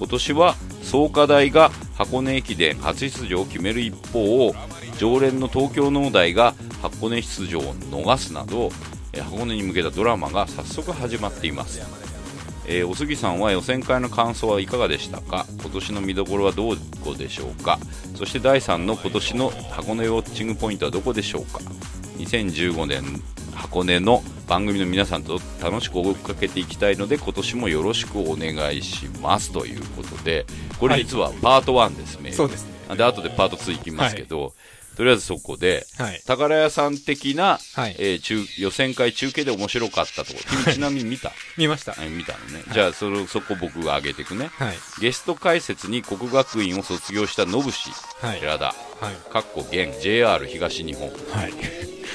Speaker 2: 今年は創価大が箱根駅伝初出場を決める一方常連の東京農大が箱根出場を逃すなどえー箱根に向けたドラマが早速始まっています、えーお杉さんは予選会の感想はいかがでしたか今年の見どころはどこでしょうかそして第3の今年の箱根ウォッチングポイントはどこでしょうか2015年箱根の番組の皆さんと楽しく追いかけていきたいので今年もよろしくお願いしますということでこれ実はパート1ですね、
Speaker 3: そうですね。
Speaker 2: で後でパート2いきますけど、とりあえずそこで、
Speaker 3: はい。
Speaker 2: 宝屋さん的な、
Speaker 3: はい
Speaker 2: えー中予選会中継で面白かったとこ 君ちなみに見た、
Speaker 3: 見ました。
Speaker 2: え見たのね、じゃあそれそこ僕が上げていくね、
Speaker 3: はい。
Speaker 2: ゲスト解説に国学院を卒業した野伏、
Speaker 3: はい。
Speaker 2: 寺田
Speaker 3: はい。
Speaker 2: かっこ現 JR 東日本
Speaker 3: はい。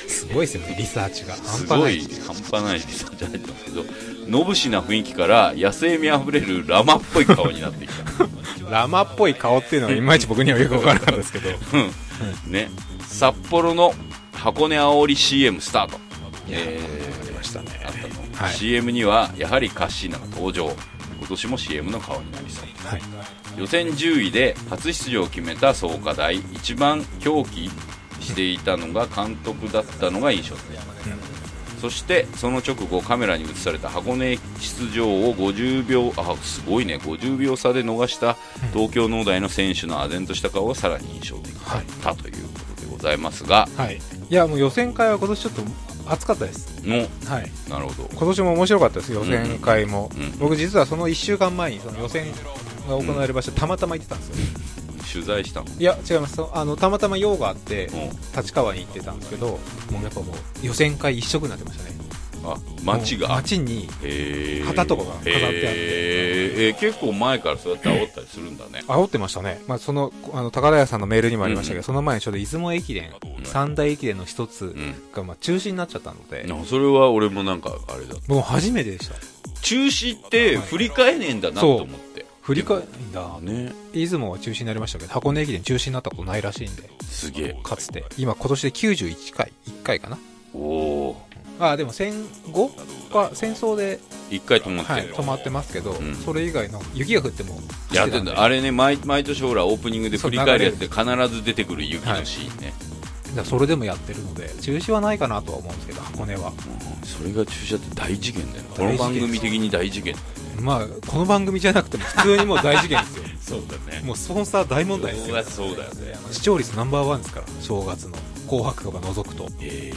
Speaker 3: すごいですよね、リサーチが。
Speaker 2: す
Speaker 3: 半端
Speaker 2: ご
Speaker 3: ない
Speaker 2: い半端ないリサーチ入ってますけど野伏な雰囲気から野生味あふれるラマっぽい顔になってきた
Speaker 3: ラマっぽい顔っていうのは、いまいち僕にはよくわからなかったですけど。
Speaker 2: ね、札幌の箱根あおり CM スタート、え
Speaker 3: ありましたね。
Speaker 2: ーあったの、
Speaker 3: はい
Speaker 2: CM にはやはりカッシーナが登場今年も CM の顔になりそう
Speaker 3: はい。
Speaker 2: 予選10位で初出場を決めた創価大一番狂気していたのが監督だったのが印象的、そしてその直後カメラに映された箱根出場を50秒あすごいね50秒差で逃した東京農大の選手の唖然とした顔がさらに印象的だったということでございますが、
Speaker 3: はい。いや、もう予選会は今年ちょっと暑かったです。
Speaker 2: の
Speaker 3: はい。
Speaker 2: なるほど
Speaker 3: 今年も面白かったです、予選会も。
Speaker 2: うんうん
Speaker 3: 僕実はその1週間前に、その予選が行われる場所、たまたま行ってたんですよ。
Speaker 2: 取材したの
Speaker 3: いや、違います。そのあの、たまたま用があって、
Speaker 2: う
Speaker 3: 立川に行ってたんですけど、もうやっぱもう、予選会一色になってましたね。
Speaker 2: んあ街
Speaker 3: もう
Speaker 2: が
Speaker 3: 街に、
Speaker 2: へー
Speaker 3: 旗とかが飾ってあって
Speaker 2: へーえー結構前からそうやって煽ったりするんだね
Speaker 3: 煽ってましたね。まあ、その、あの、高田屋さんのメールにもありましたけど、
Speaker 2: うん
Speaker 3: その前にちょうど出雲駅
Speaker 2: ん
Speaker 3: 伝、三大駅伝の一つ
Speaker 2: うん
Speaker 3: が、まあ、中止になっちゃったので、
Speaker 2: なそれは俺もなんかあれだ
Speaker 3: もう初めてでした。
Speaker 2: 中止って振り返ねえんだなと思って
Speaker 3: 振り返るんだ。
Speaker 2: ね
Speaker 3: 出雲は中止になりましたけど、箱根駅伝中止になったことないらしいんで、
Speaker 2: すげえ
Speaker 3: かつて。今、今年で91回、1回かな。
Speaker 2: おお
Speaker 3: ああ、でも戦後は戦争で、
Speaker 2: 一回止まっ
Speaker 3: は
Speaker 2: て
Speaker 3: い、
Speaker 2: る、
Speaker 3: 止まってますけど、
Speaker 2: ん
Speaker 3: それ以外の雪が降っても走
Speaker 2: やっ
Speaker 3: たんで
Speaker 2: てんだあれね毎毎年ほらオープニングで振り返るやつで必ず出てくる雪のシーンね、
Speaker 3: だからそれでもやってるので中止はないかなとは思うんですけど箱根は
Speaker 2: うんそれが中止だって大事件だよなこの
Speaker 3: 大事件
Speaker 2: 番組的に大事件
Speaker 3: まあこの番組じゃなくても普通にもう大事件です
Speaker 2: そ
Speaker 3: よ
Speaker 2: うだね
Speaker 3: もうスポンサー大問題です
Speaker 2: そうだ
Speaker 3: よ
Speaker 2: そうだよね
Speaker 3: 視聴率ナンバーワンですから正月の「紅白」とか除くと
Speaker 2: へ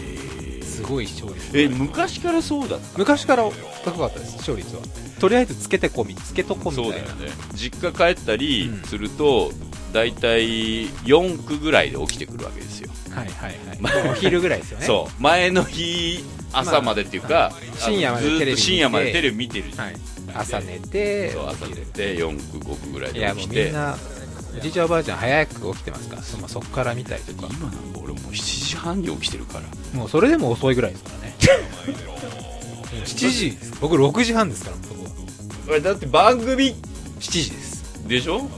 Speaker 3: すごい視聴率
Speaker 2: え昔からそうだっ
Speaker 3: 昔から高かったです視聴率はとりあえずつけてこみつけとこ
Speaker 2: た
Speaker 3: みたい
Speaker 2: そう
Speaker 3: な
Speaker 2: だよね実家帰ったり
Speaker 3: うん
Speaker 2: すると、大体4区ぐらいで起きてくるわけですよ
Speaker 3: はいはいはいお昼ぐらいですよね
Speaker 2: そう前の日朝までっていうか、あの
Speaker 3: 深夜まで
Speaker 2: ずーっ
Speaker 3: テレビ見
Speaker 2: と
Speaker 3: て
Speaker 2: 深夜までテレビ見てるじゃん、
Speaker 3: はい、朝寝て
Speaker 2: そう朝寝て4区5区ぐらい
Speaker 3: い
Speaker 2: で
Speaker 3: や
Speaker 2: 起
Speaker 3: もう
Speaker 2: き
Speaker 3: み
Speaker 2: て
Speaker 3: んなおじいちゃんおばあちゃん早く起きてますからそ,、まあ、そっから見たりとか
Speaker 2: 今なんか俺もう7時半に起きてるから
Speaker 3: もうそれでも遅いぐらいですから ね7時です僕6時半ですから僕は
Speaker 2: 俺だって番組
Speaker 3: 7時です
Speaker 2: でしょ
Speaker 3: も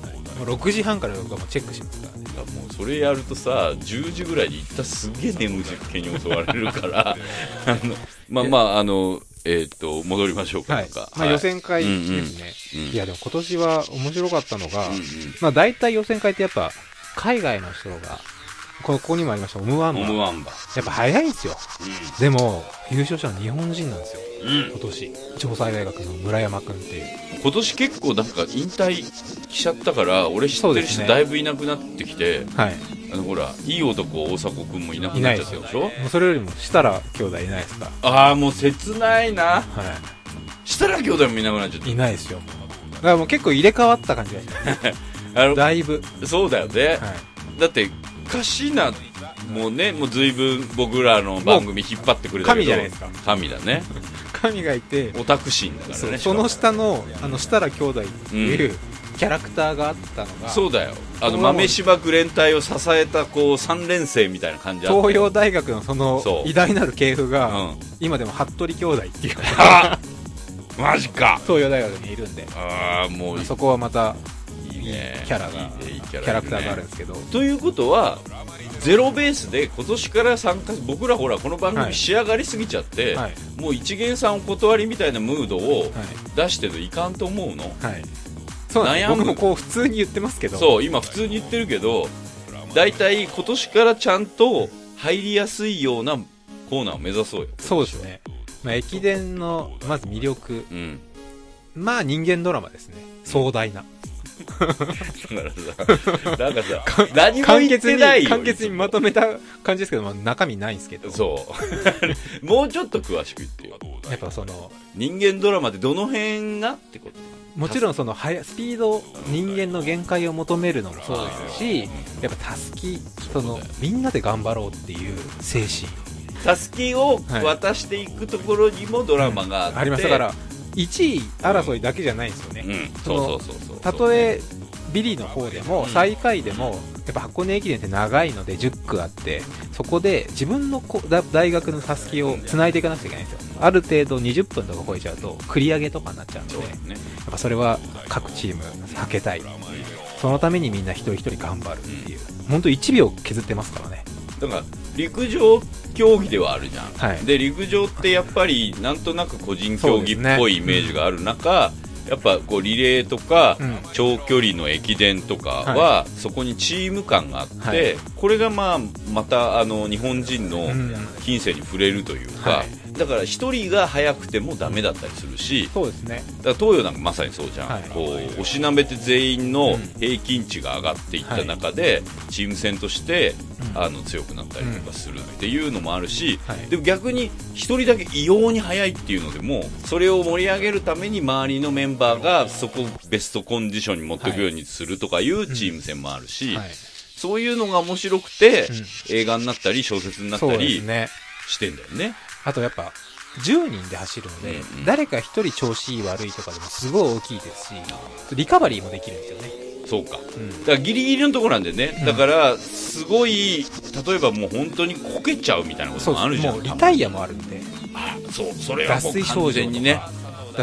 Speaker 3: う6時半から僕はもうチェックしますからね
Speaker 2: だからもうそれやるとさ10時ぐらいに行ったらすげえ眠気に襲われるから あのまあまああのえっ、と戻りましょうか
Speaker 3: は
Speaker 2: ないんか、、
Speaker 3: まあ、
Speaker 2: はい
Speaker 3: 予選会ですね、
Speaker 2: うんうんうん
Speaker 3: いやでも今年は面白かったのが、
Speaker 2: うんうん
Speaker 3: まあ大体予選会ってやっぱ海外の人がこここにもありましたオムワンマ
Speaker 2: オ
Speaker 3: ン
Speaker 2: ム
Speaker 3: や
Speaker 2: ワンバ
Speaker 3: っぱ早いんですよでも優勝者は日本人なんですよ
Speaker 2: うん、うん
Speaker 3: 今年城西大学の村山君っていう
Speaker 2: 今年結構なんか引退しちゃったから俺知
Speaker 3: そ
Speaker 2: っ
Speaker 3: う
Speaker 2: て
Speaker 3: で
Speaker 2: る
Speaker 3: す
Speaker 2: 人
Speaker 3: ね
Speaker 2: だいぶいなくなってきて、
Speaker 3: はい
Speaker 2: あのほらいい男大迫君もいなくなっちゃったでしょ
Speaker 3: もうそれよりも設楽兄弟いないですか
Speaker 2: ああもう切ないな
Speaker 3: はい
Speaker 2: 設楽兄弟もいなくなっちゃっ
Speaker 3: いないですよ。だからもう結構入れ替わった感じがし ます。
Speaker 2: たあの
Speaker 3: だいぶ。
Speaker 2: そうだよね、
Speaker 3: は
Speaker 2: だってカシーナもねもう随分僕らの番組引っ張ってくれたけど
Speaker 3: もう神じゃないですか
Speaker 2: 神だね
Speaker 3: い。神がいて、
Speaker 2: オタク心だからね
Speaker 3: そう
Speaker 2: しか
Speaker 3: そ
Speaker 2: も
Speaker 3: の下の、あの、設楽兄弟っていうキャラクターがあったのが、
Speaker 2: そうだよあの豆柴紅連隊を支えたこう三連星みたいな感じあった
Speaker 3: 東洋大学のその
Speaker 2: そう
Speaker 3: 偉大なる系譜が、
Speaker 2: うん
Speaker 3: 今でも服部兄弟っていう
Speaker 2: あマジか
Speaker 3: 東洋大学にいるんで、
Speaker 2: ああもう
Speaker 3: そこはまた
Speaker 2: い
Speaker 3: いい
Speaker 2: い
Speaker 3: キ
Speaker 2: ね
Speaker 3: ャラが、
Speaker 2: いいねいいキ
Speaker 3: キ
Speaker 2: ャラいるね
Speaker 3: ャラクターがあるんですけど、
Speaker 2: ということはゼロベースで今年から参加僕らほらこの番
Speaker 3: は
Speaker 2: 組
Speaker 3: い
Speaker 2: 仕上がりすぎちゃって、
Speaker 3: はい
Speaker 2: もう一元さんお断りみたいなムードを
Speaker 3: は
Speaker 2: 出してるといかんと思うの
Speaker 3: い。はい。そうなんです
Speaker 2: 悩む
Speaker 3: 僕もこう普通に言ってますけど
Speaker 2: そう今普通に言ってるけど大体今年からちゃんと入りやすいようなコーナーを目指そうよ
Speaker 3: そうですね、まあ、駅伝のまず魅力
Speaker 2: うん
Speaker 3: まあ人間ドラマですね壮大な
Speaker 2: だから さなんかさ何も言ってないよ
Speaker 3: 簡潔にまとめた感じですけど、まあ、中身ないんですけど
Speaker 2: そうもうちょ っと詳しく言ってよ
Speaker 3: やっぱその
Speaker 2: 人間ドラマってどの辺がってこと
Speaker 3: もちろんその速スピード人間の限界を求めるのもそうですしやっぱたすきそのみんなで頑張ろうっていう精神
Speaker 2: たすきを渡していくところにもドラマがあって、
Speaker 3: ありますだから1位争いだけじゃないんですよね、
Speaker 2: うんそうそうそうそう
Speaker 3: たとえビリの方でも最下位でもやっぱ箱根駅伝って長いので10区あってそこで自分のこだ大学のたすきをつないでいかなくちゃいけないんですよある程度20分とか超えちゃうと繰り上げとかになっちゃうんで
Speaker 2: そうだよね
Speaker 3: やっぱそれは各チーム避けたいそのためにみんな一人一人頑張るっていう本当1秒削ってますからね
Speaker 2: だから陸上競技ではあるじゃん、
Speaker 3: はい
Speaker 2: で陸上ってやっぱりなんとなく個人競技っぽいイメージがある中、やっぱこうリレーとか、
Speaker 3: うん
Speaker 2: 長距離の駅伝とかは、そこにチーム感があって、
Speaker 3: はい
Speaker 2: これがまあまたあの日本人の
Speaker 3: うん
Speaker 2: 近世に触れるというか、
Speaker 3: は
Speaker 2: だから一人が速くてもダメだったりするし、
Speaker 3: そうですね
Speaker 2: だから東洋なんかまさにそうじゃん、
Speaker 3: はい
Speaker 2: こうおしなべて全員の平均値が上がっていった中で、チーム戦として、
Speaker 3: うん
Speaker 2: あの強くなったりとかするっていうのもあるし、
Speaker 3: はい
Speaker 2: でも逆に1人だけ異様に速いっていうのでもそれを盛り上げるために周りのメンバーがそこをベストコンディションに持っていくようにするとかいうチーム戦もあるし、
Speaker 3: はい
Speaker 2: そういうのが面白くて、
Speaker 3: うん
Speaker 2: 映画になったり小説になった
Speaker 3: そうで
Speaker 2: り
Speaker 3: すね
Speaker 2: してんだよね。
Speaker 3: あとやっぱ10人で走るので、
Speaker 2: うんうん
Speaker 3: 誰か1人調子いい悪いとかでもすごい大きいですしリカバリーもできるんですよね、
Speaker 2: そうか
Speaker 3: うん
Speaker 2: だからギリギリのところなんでね、だからすごい例えばもう本当にこけちゃうみたいなこと
Speaker 3: そう
Speaker 2: もあるじゃん
Speaker 3: もうリタイアもあるんで
Speaker 2: あそうそれは
Speaker 3: 脱
Speaker 2: もう
Speaker 3: 水
Speaker 2: 完
Speaker 3: 症状
Speaker 2: 全
Speaker 3: とか
Speaker 2: にね
Speaker 3: だ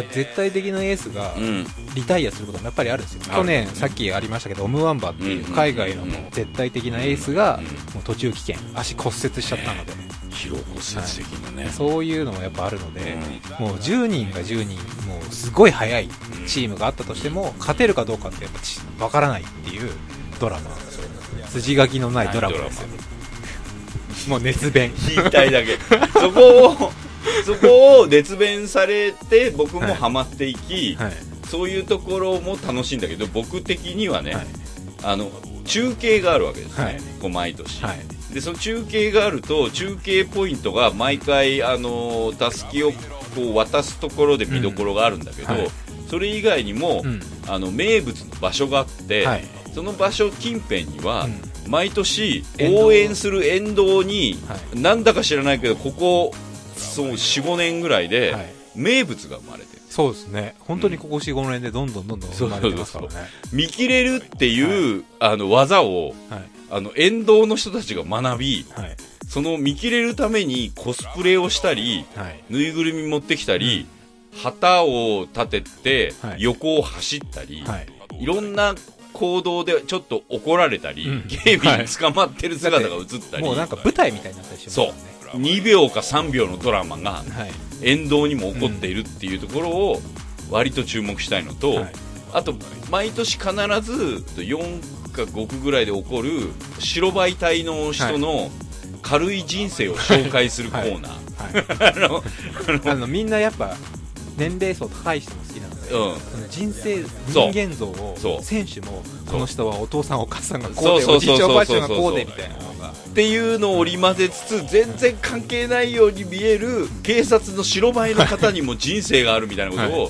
Speaker 3: から絶対的なエースが
Speaker 2: うん
Speaker 3: リタイアすることもやっぱりあるんですよ、
Speaker 2: ある
Speaker 3: 去年さっきありましたけどオムワンバっていう
Speaker 2: うんうん
Speaker 3: 海外のもう絶対的なエースが
Speaker 2: うん
Speaker 3: もう途中棄権足骨折しちゃったので、
Speaker 2: 疲労骨折的なね、
Speaker 3: そういうのもやっぱあるので、もう10人が10人もうすごい速いチームがあったとしても勝てるかどうかってやっぱちわからないっていうドラマ筋書きのないドラマですよもう熱弁
Speaker 2: 引いたいだけそこをそこを熱弁されて僕もハマっていき、
Speaker 3: はい
Speaker 2: そういうところも楽しいんだけど僕的にはね、
Speaker 3: はい
Speaker 2: あの中継があるわけですね、
Speaker 3: はい
Speaker 2: こう毎年、
Speaker 3: はい
Speaker 2: でその中継があると中継ポイントが毎回あのーたすきをこう渡すところで見どころがあるんだけど、
Speaker 3: うんはい
Speaker 2: それ以外にも、
Speaker 3: うん
Speaker 2: あの名物の場所があって、
Speaker 3: はい
Speaker 2: その場所近辺には、
Speaker 3: うん
Speaker 2: 毎年
Speaker 3: 沿道
Speaker 2: 応援する沿道に、
Speaker 3: は
Speaker 2: なんだか知らないけどここそう45年ぐらいで、
Speaker 3: はい
Speaker 2: 名物が生まれてる
Speaker 3: そうですね本当にここ45年でどんどんどんどん生まれてますからね
Speaker 2: そう見切れるっていう、あの技を
Speaker 3: はい
Speaker 2: あの沿道の人たちが学び
Speaker 3: はい
Speaker 2: その見切れるためにコスプレをしたり
Speaker 3: はい
Speaker 2: ぬいぐるみ持ってきたり、旗を立てて
Speaker 3: はい
Speaker 2: 横を走ったり、
Speaker 3: はい
Speaker 2: いろんな行動でちょっと怒られたり、
Speaker 3: うん
Speaker 2: 警備に捕まってる姿が映ったり、
Speaker 3: もうなんか舞台みたいになったりします
Speaker 2: そ
Speaker 3: よ
Speaker 2: う
Speaker 3: ね
Speaker 2: 2秒か3秒のドラマが
Speaker 3: はい
Speaker 2: 沿道にも起こっているっていうところを割と注目したいのと、
Speaker 3: はい
Speaker 2: あと毎年必ず4か5区ぐらいで起こる白バイ隊の人の軽い人生を紹介するコーナー、
Speaker 3: はい
Speaker 2: あの
Speaker 3: あのみんなやっぱ年齢層高い人も好きなので、
Speaker 2: うん
Speaker 3: その人生
Speaker 2: そう
Speaker 3: 人間像を
Speaker 2: そう
Speaker 3: 選手も
Speaker 2: そう
Speaker 3: この人はお父さんお母さんがこうで
Speaker 2: そうそ
Speaker 3: おじ
Speaker 2: う
Speaker 3: いち
Speaker 2: そ
Speaker 3: ゃ
Speaker 2: うん
Speaker 3: お
Speaker 2: そ
Speaker 3: ば
Speaker 2: う
Speaker 3: あ
Speaker 2: そう
Speaker 3: ちゃんがこうでみたいなのが
Speaker 2: っていうのを織り交ぜつつ全然関係ないように見える警察の白バイの方にも人生があるみたいなことを語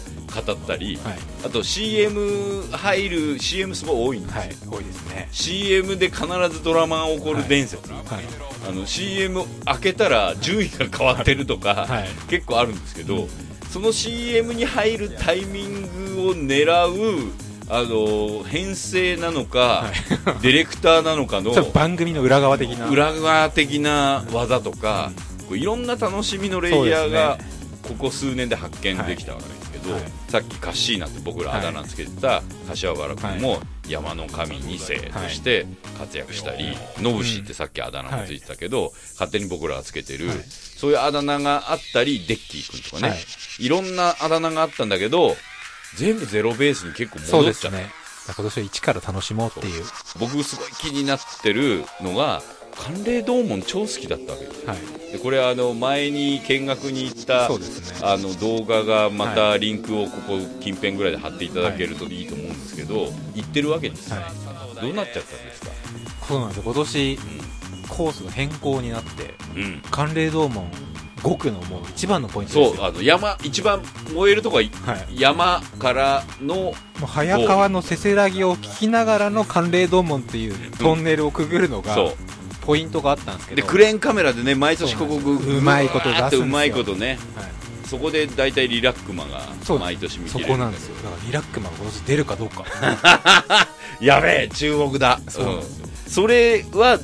Speaker 2: ったり、
Speaker 3: はい、
Speaker 2: あと CM 入る CM すごい多いんですよ、
Speaker 3: はい、多いですね
Speaker 2: CM で必ずドラマが起こる伝説、
Speaker 3: はい
Speaker 2: あの CM 開けたら順位が変わってるとか、
Speaker 3: はい
Speaker 2: 結構あるんですけど、その CM に入るタイミングを狙うあの編成なのか、ディレクターなのかの
Speaker 3: ちょっと番組の裏側的な
Speaker 2: 裏側的な技とか、こういろんな楽しみのレイヤーが
Speaker 3: そう
Speaker 2: ここ数年で発見できたわけですけど、
Speaker 3: はいはい
Speaker 2: さっきカッシーナって僕らあだ名つけてた柏原君も山の神2世として活躍したり、ノブシってさっきあだ名もついてたけど、勝手に僕らがつけてる、
Speaker 3: はい
Speaker 2: そういうあだ名があったりデッキー君とかね、
Speaker 3: はい
Speaker 2: い、ろんなあだ名があったんだけど全部ゼロベースに結構
Speaker 3: そう
Speaker 2: 戻
Speaker 3: で
Speaker 2: っちゃ
Speaker 3: す
Speaker 2: う
Speaker 3: ね。だから今年は一から楽しもうっていう。
Speaker 2: 僕すごい気になってるのが寒冷洞門超好きだったわけよ
Speaker 3: はい。
Speaker 2: でこれあの前に見学に行った
Speaker 3: そうですね。
Speaker 2: あの動画がま
Speaker 3: は
Speaker 2: たリンクをここ近辺ぐらいで貼っていただけるといいと思うんですけど、行ってるわけですよ、
Speaker 3: はい。
Speaker 2: どうなっちゃったんですか、
Speaker 3: そうなんですよ。今年、コースが変更になって、
Speaker 2: うん、
Speaker 3: 寒冷洞門5区のもう一番のポイントで
Speaker 2: そ
Speaker 3: す
Speaker 2: う
Speaker 3: よ。
Speaker 2: あの山一番燃えるとこは
Speaker 3: はい。
Speaker 2: 山からの
Speaker 3: もう早川のせせらぎを聞きながらの寒冷洞門っていうトンネルをくぐるのが
Speaker 2: そ
Speaker 3: ポイントがあったんですけ
Speaker 2: う
Speaker 3: ど
Speaker 2: でクレーンカメラでね毎年ここ
Speaker 3: そうなんですようまいこと出すんです
Speaker 2: うわ
Speaker 3: よ
Speaker 2: ーってうまいことね
Speaker 3: はい
Speaker 2: そこで大体リラックマが
Speaker 3: そう
Speaker 2: 毎年見
Speaker 3: そ
Speaker 2: 切れ
Speaker 3: こ
Speaker 2: る
Speaker 3: なんですよだからリラックマが今年出るかど うか
Speaker 2: やべえ注目だ
Speaker 3: そうなんですよ
Speaker 2: んそれは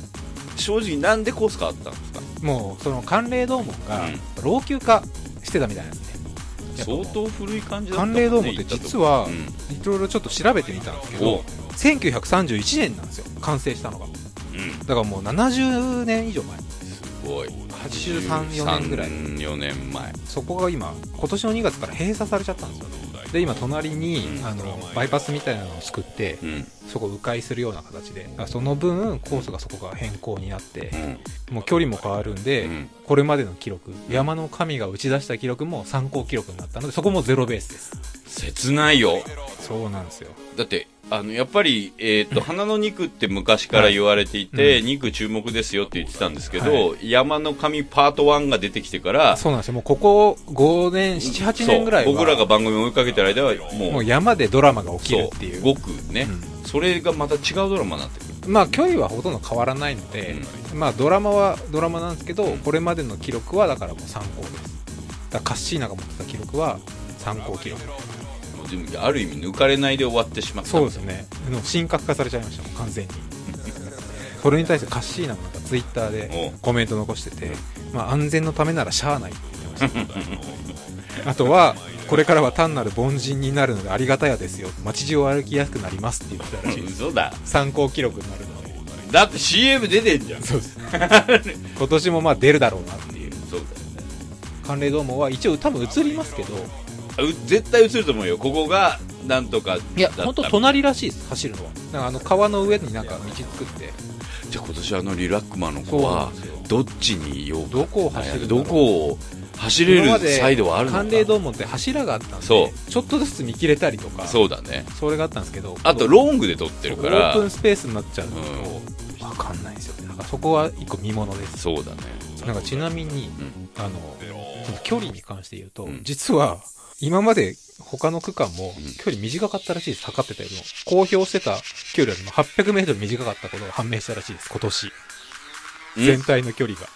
Speaker 2: 正直なんでコース変わったんですか
Speaker 3: もうその寒冷洞門が
Speaker 2: うん
Speaker 3: 老朽化してたみたいなんですねやっぱも
Speaker 2: 相当
Speaker 3: う
Speaker 2: 古い感じだったもん
Speaker 3: 寒
Speaker 2: ね
Speaker 3: 冷洞門って実
Speaker 2: 行
Speaker 3: は
Speaker 2: ったとこ
Speaker 3: いろいろちょっと調べてみたんですけど
Speaker 2: お
Speaker 3: 1931年なんですよ完成したのが
Speaker 2: うん、うん、
Speaker 3: だからもう70年以上前
Speaker 2: すごい
Speaker 3: 83 4年ぐらい
Speaker 2: 3 4年前
Speaker 3: そこが今今年の2月から閉鎖されちゃったんですよねで今隣に
Speaker 2: うん
Speaker 3: あのバイパスみたいなのを作って
Speaker 2: うん、
Speaker 3: そこを迂回するような形でだからその分コースがそこが変更になって
Speaker 2: うん
Speaker 3: もう距離も変わるんで、
Speaker 2: うん
Speaker 3: これまでの記録山の神が打ち出した記録も参考記録になったのでそこもゼロベースです
Speaker 2: 切ないよ
Speaker 3: そうなんですよ
Speaker 2: だってあのやっぱり、えーっと花の肉って昔から言われていて、肉注目ですよって言ってたんですけど、山の神パート1が出てきてから
Speaker 3: そうなんですよもうここ5年78年ぐらい
Speaker 2: そ
Speaker 3: は
Speaker 2: う僕らが番組を追いかけてる間はもう
Speaker 3: もう山でドラマが起きる
Speaker 2: そう
Speaker 3: っていう
Speaker 2: ごくね、それがまた違うドラマになってくる
Speaker 3: まあ距離はほとんど変わらないので、まあドラマはドラマなんですけどこれまでの記録はだからもう参考ですだからカッシーナが持ってた記録は参考記録
Speaker 2: もう全部ある意味抜かれないで終わってしまった
Speaker 3: そうですねでも神格化されちゃいましたもん完全にそれに対してカッシーナもなんかツイッターで
Speaker 2: お
Speaker 3: コメント残してて、まあ、安全のためならしゃあないって言ってましたあとはこれからは単なる凡人になるのでありがたやですよ街中を歩きやすくなりますって言ってたらしいです
Speaker 2: 嘘だ
Speaker 3: 参考記録になるので
Speaker 2: だって CM 出てんじゃん
Speaker 3: そうです今年もまあ出るだろうなっていう
Speaker 2: そうだよね
Speaker 3: 寒冷ドームは一応多分映りますけど
Speaker 2: あう絶対映ると思うよここがなんとか
Speaker 3: いや
Speaker 2: だった
Speaker 3: 本当隣らしいです走るのはなんかあの川の上になんか道作って
Speaker 2: じゃあ今年あのリラックマの
Speaker 3: そ
Speaker 2: 子
Speaker 3: うな
Speaker 2: は
Speaker 3: んですよ
Speaker 2: どっちにいようか
Speaker 3: どこを走るんだろう
Speaker 2: どこを走れるサイドはあるのか
Speaker 3: 寒冷洞門って柱があったんで
Speaker 2: そ
Speaker 3: ちょっとずつ見切れたりとか
Speaker 2: そうだね
Speaker 3: それがあったんですけど
Speaker 2: あと
Speaker 3: ロ
Speaker 2: ロングで撮ってるか
Speaker 3: オー
Speaker 2: ら
Speaker 3: プンスペースになっちゃうと、
Speaker 2: う
Speaker 3: わかんないんですよねだからそこは一個見ものです
Speaker 2: そうだね
Speaker 3: なんかちなみに、
Speaker 2: ん
Speaker 3: あのその距離に関して言うと、
Speaker 2: うん
Speaker 3: 実は今まで他の区間も
Speaker 2: ん
Speaker 3: 距離短かったらしいです測ってたよりも公表してた距離よりも 800m 短かったことが判明したらしいです今年全体の距離が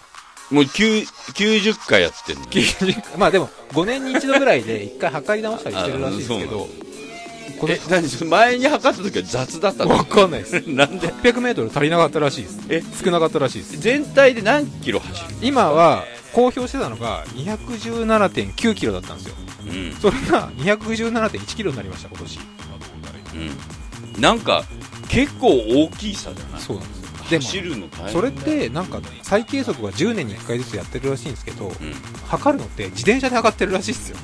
Speaker 2: もう9 90回やってんの
Speaker 3: まあでも5年に一度ぐらいで一回測り直したりしてるらしいですけ
Speaker 2: あ
Speaker 3: ど
Speaker 2: そ
Speaker 3: こ
Speaker 2: え何それ前に測った時は雑だった
Speaker 3: わ
Speaker 2: の
Speaker 3: かんないです
Speaker 2: なんで
Speaker 3: 800m 足りなかったらしいです
Speaker 2: え
Speaker 3: 少なかったらしいです
Speaker 2: 全体で何キロ走る
Speaker 3: 今は公表してたのが217.9キロだったんですよ
Speaker 2: うん、うん
Speaker 3: それが217.1キロになりました今年
Speaker 2: なんか結構大きい差じゃない
Speaker 3: そうなんです
Speaker 2: 走
Speaker 3: よで
Speaker 2: る
Speaker 3: も
Speaker 2: の大変
Speaker 3: それってなんか最計測は10年に1回ずつやってるらしいんですけど
Speaker 2: うん
Speaker 3: 測るのって自転車で測ってるらしいですよ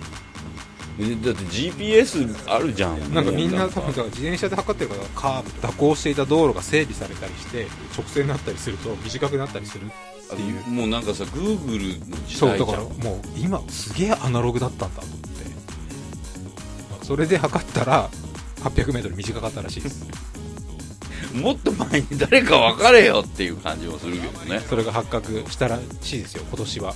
Speaker 2: えだって GPS あるじゃん
Speaker 3: なんかみんな
Speaker 2: もう
Speaker 3: 多分だから自転車で測ってるからカーブ蛇行していた道路が整備されたりして直線になったりすると短くなったりするっていう
Speaker 2: もうなんかさ Google の時
Speaker 3: そう
Speaker 2: 代じ
Speaker 3: だ
Speaker 2: ゃん
Speaker 3: からもう今すげえアナログだったんだと思ってそれで測ったら 800m 短かったらしいです
Speaker 2: もっと前に誰か分かれよっていう感じもするけどね
Speaker 3: それが発覚したらしいですよ今年は、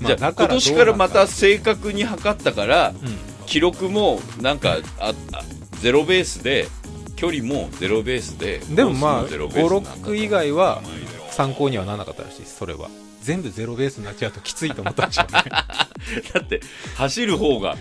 Speaker 3: ま
Speaker 2: じゃあ今年からま
Speaker 3: ど
Speaker 2: た
Speaker 3: うなる
Speaker 2: 正確に測ったから
Speaker 3: かうん
Speaker 2: 記録もなんかああゼロベースで距離もゼロベースで
Speaker 3: でもまあ
Speaker 2: コースゼロベースなんだ
Speaker 3: 56以外は参考にはならなかったらしいですそれは全部ゼロベースになっちゃうときついと思ったんでしょ うね
Speaker 2: だって走る方が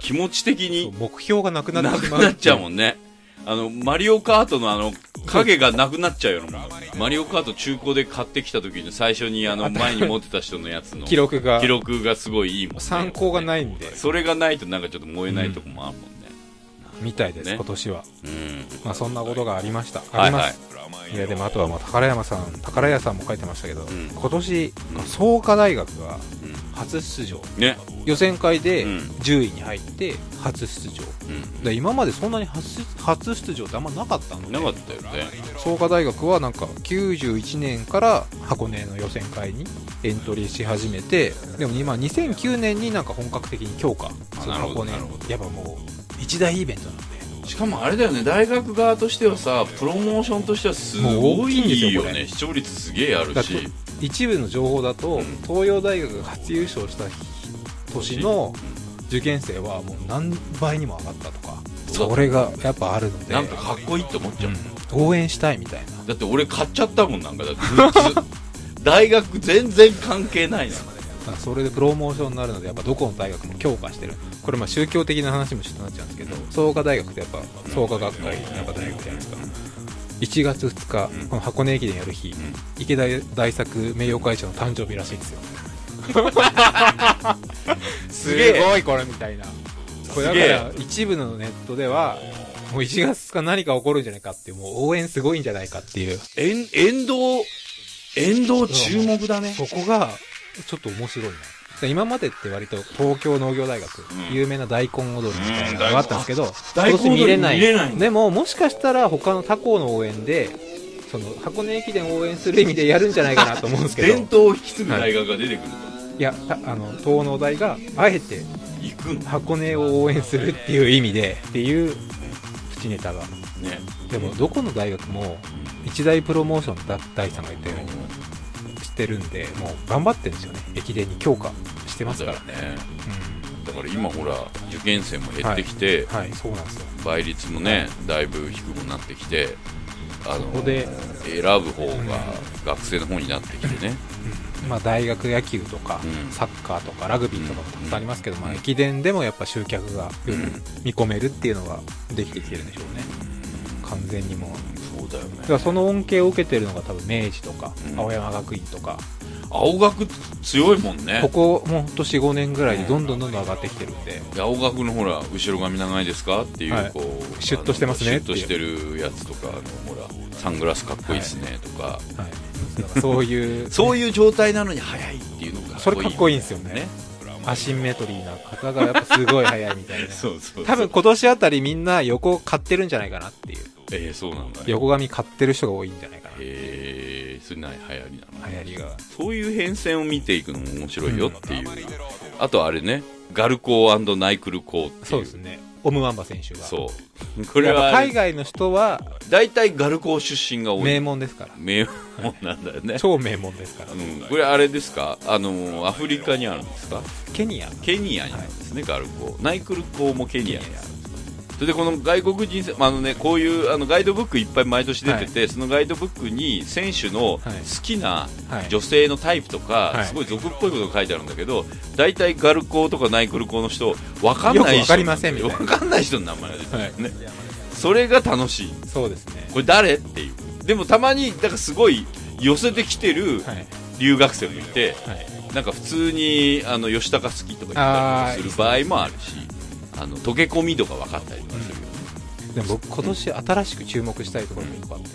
Speaker 2: 気持ち的
Speaker 3: そう
Speaker 2: に
Speaker 3: 目標がなくな
Speaker 2: な
Speaker 3: って
Speaker 2: く
Speaker 3: しまう
Speaker 2: なっちゃうもんねあのマリオカートのあの影がなくなっちゃうようなもんマリオカート中古で買ってきた時に最初にあの前に持ってた人のやつの
Speaker 3: 記録が
Speaker 2: 記録がすごいいいもんね
Speaker 3: 参考がないんで
Speaker 2: それがないとなんかちょっと燃えないとこもあるもんね、
Speaker 3: みたいです、
Speaker 2: ね
Speaker 3: 今年は。
Speaker 2: うん
Speaker 3: まあそんなことがありました。あ
Speaker 2: はい
Speaker 3: ります。
Speaker 2: はい
Speaker 3: い、やでもあとはもう宝山さん、宝屋さんも書いてましたけど、
Speaker 2: ん
Speaker 3: 今年、創価大学が
Speaker 2: うん
Speaker 3: 初出場。
Speaker 2: ね
Speaker 3: 予選会で
Speaker 2: うん
Speaker 3: 10位に入って初出場。
Speaker 2: うん
Speaker 3: で今までそんなに初出初出場ってあんまなかったの
Speaker 2: なかったよね
Speaker 3: 創価大学はなんか91年から箱根の予選会にエントリーし始めてでも今2009年になんか本格的に強化その
Speaker 2: なるほ
Speaker 3: 箱
Speaker 2: ど
Speaker 3: 根
Speaker 2: なるほ
Speaker 3: やっぱもう一大イベントなんで
Speaker 2: しかもあれだよね大学側としてはさプロモーションとしてはす
Speaker 3: もう
Speaker 2: ご
Speaker 3: 大きいんですよ
Speaker 2: いよ
Speaker 3: こ
Speaker 2: ね
Speaker 3: れ
Speaker 2: 視聴率すげえある
Speaker 3: だって
Speaker 2: し
Speaker 3: 一部の情報だと、
Speaker 2: うん
Speaker 3: 東洋大学が初優勝した年の受験生はもう何倍にも上がったとか
Speaker 2: そう
Speaker 3: それがやっぱあるので
Speaker 2: なんかかっこいいって思っちゃう、
Speaker 3: うん応援したいみたいな
Speaker 2: だって俺買っちゃったもんなんかだってグッズ大学全然関係ないな
Speaker 3: まあそれでプロモーションになるのでやっぱどこの大学も強化してるこれまあ宗教的な話もちょっとなっちゃうんですけど創価大学ってやっぱ創価学会なんか大学じゃないですか1月2日、この箱根駅伝やる日、池田大作名誉会長の誕生日らしいん ですよす
Speaker 2: げえ
Speaker 3: ごいこれみたいなこれだ
Speaker 2: すげえ
Speaker 3: から一部のネットではもう1月2日何か起こるんじゃないかっていうもう応援すごいんじゃないかっていう
Speaker 2: 沿沿道沿道注目だね
Speaker 3: そこが、ちょっと面白いな。で今までって割と東京農業大学、
Speaker 2: うん
Speaker 3: 有名な大根踊りみたいなの
Speaker 2: うん
Speaker 3: があったんですけど、
Speaker 2: 大根
Speaker 3: 今年見れない。
Speaker 2: 見れない
Speaker 3: でも、もしかしたら他の他校の応援で、その箱根駅伝を応援する意味でやるんじゃないかなと思うん ですけど、
Speaker 2: 伝統を引き継ぐ大学が出てくると、
Speaker 3: いや、たあの、東農大があえて
Speaker 2: 行くんだ
Speaker 3: 箱根を応援するっていう意味で、っていうプチネタが。
Speaker 2: ね
Speaker 3: でも、どこの大学も、一大プロモーションだ大さんが言ったように、してるんで、もう頑張ってるんですよね。駅伝に強化してます
Speaker 2: だ
Speaker 3: か
Speaker 2: からら。ね
Speaker 3: う
Speaker 2: だから今ほら受験生も減ってきて、
Speaker 3: んはい、そうなんですよ。
Speaker 2: 倍率もねだいぶ低くなってきてあの
Speaker 3: ここで
Speaker 2: 選ぶ方が学生の方になってきてね
Speaker 3: まあ、大学野球とか、
Speaker 2: うん
Speaker 3: サッカーとかラグビーとかもたくさんありますけど、ま
Speaker 2: う
Speaker 3: あ、
Speaker 2: ん
Speaker 3: 駅伝でもやっぱ集客がよく
Speaker 2: うん
Speaker 3: 見込めるっていうのができてきてるんでしょうね、完全にもう
Speaker 2: そうだよ
Speaker 3: だから
Speaker 2: ね
Speaker 3: その恩恵を受けてるのが多分明治とか、
Speaker 2: うん
Speaker 3: 青山学院とか、
Speaker 2: 青学強いもんね
Speaker 3: ここもうほんと45年ぐらいでどんどんどんどん上がってきてるんで、
Speaker 2: で青学のほら後ろ髪長いですかっていう、
Speaker 3: はい
Speaker 2: こう
Speaker 3: シュッとしてますね
Speaker 2: あのシュッとしてるやつとかあのほらサングラスかっこいいですねとか、
Speaker 3: はい、だから そういう
Speaker 2: そういう状態なのに速いっていうのが
Speaker 3: それかっこいいん
Speaker 2: で
Speaker 3: ですよね
Speaker 2: ね
Speaker 3: アシンメトリーな方がやっぱすごい速いみた いな
Speaker 2: そうそうそう
Speaker 3: 多分今年あたりみんな横買ってるんじゃないかなっていう
Speaker 2: えー、そうなんだ
Speaker 3: 横髪買ってる人が多いんじゃないかな
Speaker 2: えー、それない流行りなの
Speaker 3: 流行りが
Speaker 2: そういう変遷を見ていくのも面白いよっていう、あとあれねガルコーナイクルコーっていう
Speaker 3: そうですねオムワンバ選手が
Speaker 2: そうこ
Speaker 3: や
Speaker 2: れ
Speaker 3: っぱ
Speaker 2: は
Speaker 3: 海外の人は
Speaker 2: 大体ガルコー出身が多
Speaker 3: 名
Speaker 2: い
Speaker 3: 門ですから
Speaker 2: 名門なんだよね、
Speaker 3: 超名門ですから
Speaker 2: うん、これあれですかあのアフリカにあるんですか
Speaker 3: ケニア
Speaker 2: ケニアにあるんですね、ガルコーナイクルコーもケニアにあるんですねそれでこの外国人選、まああのね、こういうあのガイドブックいっぱい毎年出てて、そのガイドブックに選手の好きな
Speaker 3: はい
Speaker 2: 女性のタイプとか、
Speaker 3: はい
Speaker 2: すごい俗っぽいことが書いてあるんだけど大体ガルコーとかナイクルコーの人わかんない人
Speaker 3: よくわかりませんみたいな
Speaker 2: わかんない人の名前が出てるんですね、
Speaker 3: は
Speaker 2: それが楽しい
Speaker 3: そうですね
Speaker 2: これ誰っていうでもたまにだからすごい寄せてきてる
Speaker 3: はい
Speaker 2: 留学生もいて、
Speaker 3: はい
Speaker 2: なんか普通にあの吉高好きとか言ったりする場合もあるしあの溶け込みとか分かったりとかするよね、
Speaker 3: でも僕今年新しく注目したいところも一個あって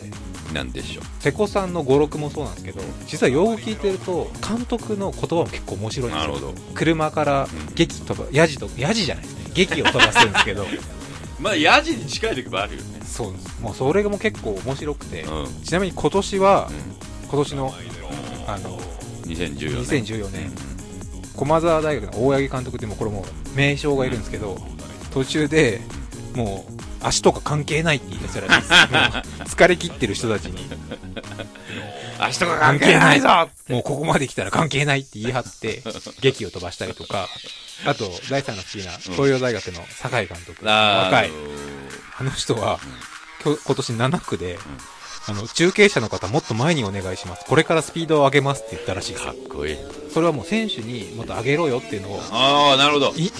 Speaker 2: なんでしょう
Speaker 3: 瀬古さんの語録もそうなんですけど実は用語聞いてると監督の言葉も結構面白いんで
Speaker 2: な
Speaker 3: す
Speaker 2: る
Speaker 3: よ
Speaker 2: ほど
Speaker 3: 車から劇飛ばヤジとヤジじゃないですね劇を飛ばすんです けど
Speaker 2: まあヤジに近い時もあるよね
Speaker 3: そうですもうそれも結構面白くて、
Speaker 2: うん、うん、
Speaker 3: ちなみに今年は、今年のあの
Speaker 2: 2014年
Speaker 3: 2014年駒澤大学の大八木監督ってもうこれもう名将がいるんですけど、途中でもう足とか関係ないって言い出したらしいです もう疲れ切ってる人たちに
Speaker 2: 足とか関
Speaker 3: 関係
Speaker 2: 係
Speaker 3: な
Speaker 2: ないい
Speaker 3: ぞ
Speaker 2: ぞ
Speaker 3: もうここまで来たら関係ないって言い張 って劇を飛ばしたりとかあと第三の不思議な東洋大学の酒井監督、若いあの人は、きょ今年7区で、あの、中継車の方もっと前にお願いします。これからスピードを上げますって言ったらしいです
Speaker 2: かっこいい
Speaker 3: それはもう選手にもっと上げろよっていうのを、
Speaker 2: ああなるほど
Speaker 3: い、い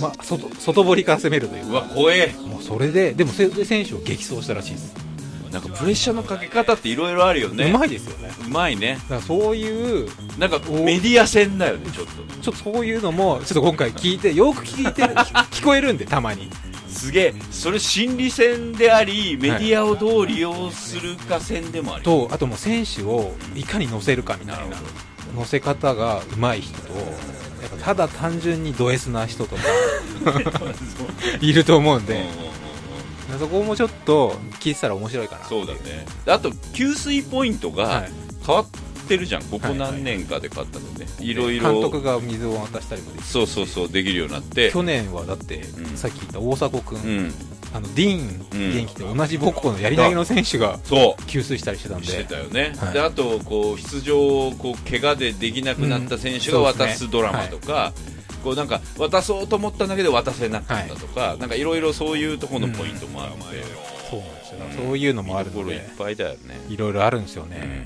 Speaker 3: ま、外、外堀から攻めるというう
Speaker 2: わ
Speaker 3: か。
Speaker 2: 怖え
Speaker 3: もうそれで、でもそれで選手を激走したらしいです。
Speaker 2: なんかプレッシャーのかけ方っていろいろあるよね
Speaker 3: うまいですよね。だ
Speaker 2: うまいね
Speaker 3: からそういう、
Speaker 2: なんかメディア戦だよねちょっと
Speaker 3: ちょっとそういうのも、ちょっと今回聞いて、よく聞いて、聞聞こえるんで、たまに。
Speaker 2: すすげえそれ心理戦でありメディアをどう利用するか戦でもあり、
Speaker 3: とあともう選手をいかに乗せるかみたい
Speaker 2: な
Speaker 3: な
Speaker 2: るほ
Speaker 3: 乗せ方が上手い人とやっぱただ単純にド S な 人とかいると思
Speaker 2: う
Speaker 3: うん
Speaker 2: んうん
Speaker 3: で
Speaker 2: うんうん
Speaker 3: そこもちょっと聞いてたら面白いかな
Speaker 2: そうだねであと給水ポイント
Speaker 3: は
Speaker 2: が
Speaker 3: い
Speaker 2: 変わってるじゃんここ何年かで買ったのね、いろいろ
Speaker 3: 監督が水を渡したりもできる
Speaker 2: そうそうそうできるようになって
Speaker 3: 去年はだって、
Speaker 2: うん
Speaker 3: さっき言った大迫君、
Speaker 2: うん
Speaker 3: あのディー
Speaker 2: うん
Speaker 3: ン元気と同じ母校のやり投げの選手が
Speaker 2: そう
Speaker 3: 給水したりしてたんで
Speaker 2: してたよね、
Speaker 3: はい
Speaker 2: であとこう出場をこう怪我でできなくなった選手が
Speaker 3: うんそう
Speaker 2: 渡
Speaker 3: です
Speaker 2: す
Speaker 3: ね
Speaker 2: ドラマとか、こうなんか渡そうと思ったんだけど渡せなかったとか、なんかいろいろそういうところのポイントもあって、
Speaker 3: そうなんですよだからそういうのもある
Speaker 2: とこ
Speaker 3: の
Speaker 2: ろいっ
Speaker 3: で
Speaker 2: ぱいだよね。
Speaker 3: いろいろあるんですよね、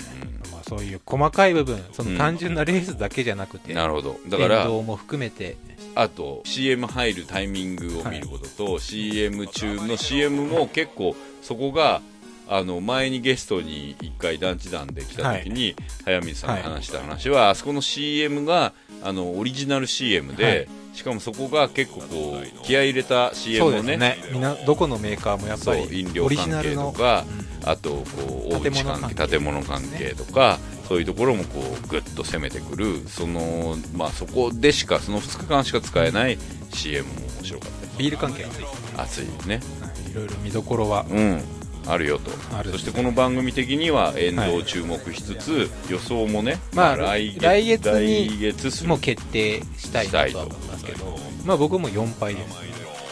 Speaker 3: まあ、そういう細かい部分その単純なレースだけじゃなくて、
Speaker 2: なるほどだから
Speaker 3: 運動も含めて
Speaker 2: あと CM 入るタイミングを見ることと、CM 中の CM も結構そこがあの前にゲストに1回団地団で来た時に、早水さんが話した話は、あそこの CM があのオリジナル CM で、
Speaker 3: はい
Speaker 2: しかもそこが結構こう気合い入れた CM
Speaker 3: そう
Speaker 2: を
Speaker 3: です
Speaker 2: ね
Speaker 3: ねみんなどこのメーカーもやっ
Speaker 2: そ
Speaker 3: ぱ
Speaker 2: う
Speaker 3: り
Speaker 2: 飲料
Speaker 3: オリジナ
Speaker 2: 関係
Speaker 3: ル
Speaker 2: と
Speaker 3: の
Speaker 2: か、あとこうおうち
Speaker 3: 建物
Speaker 2: 関
Speaker 3: 関
Speaker 2: 係
Speaker 3: 係
Speaker 2: 建物関係とか、そういうところもこうグッと攻めてくるその、まあ、そこでしかその2日間しか使えない CM も面白かっ
Speaker 3: ビール関係がついてる
Speaker 2: た熱いね
Speaker 3: はいいろいろ見どころは
Speaker 2: うんあるよと
Speaker 3: ある
Speaker 2: そしてこの番組的には沿道を注目しつつ、予想もね、
Speaker 3: まあ来月に
Speaker 2: 来月する
Speaker 3: もう決定したいなとは思いますけど、まあ、僕も4敗で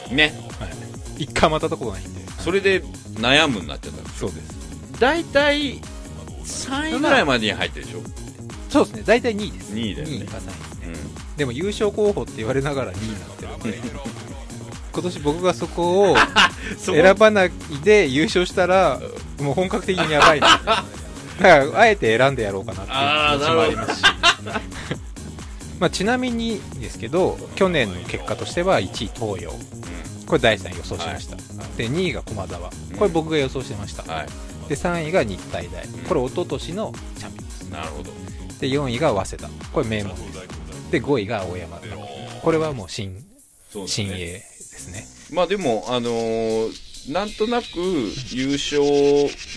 Speaker 3: す、
Speaker 2: ね
Speaker 3: はい、1回またとこがないんで
Speaker 2: それで悩むになっちゃった
Speaker 3: そうです
Speaker 2: 大体3位ぐらいまでに入ってるでしょ、
Speaker 3: そうですね大体2位です
Speaker 2: 2位だよね
Speaker 3: 2位か3位ですね
Speaker 2: うん
Speaker 3: でも優勝候補って言われながら2位になってる んで今年僕がそこを
Speaker 2: そこ
Speaker 3: 選ばないで優勝したらもう本格的にやば いなだからあえて選んでやろうかなっていう気持ちもありますしまあちなみにですけど去年の結果としては1位東洋これ第3位予想しました、で2位が駒澤これ僕が予想してました、
Speaker 2: は
Speaker 3: で3位が日体大
Speaker 2: ん
Speaker 3: これ一昨年のチャンピオンです
Speaker 2: いなるほど
Speaker 3: で4位が早稲田これ名門ですで5位が青山学院これはもう新
Speaker 2: そうだね
Speaker 3: 新鋭ですね
Speaker 2: まあでも、あのーなんとなく優勝、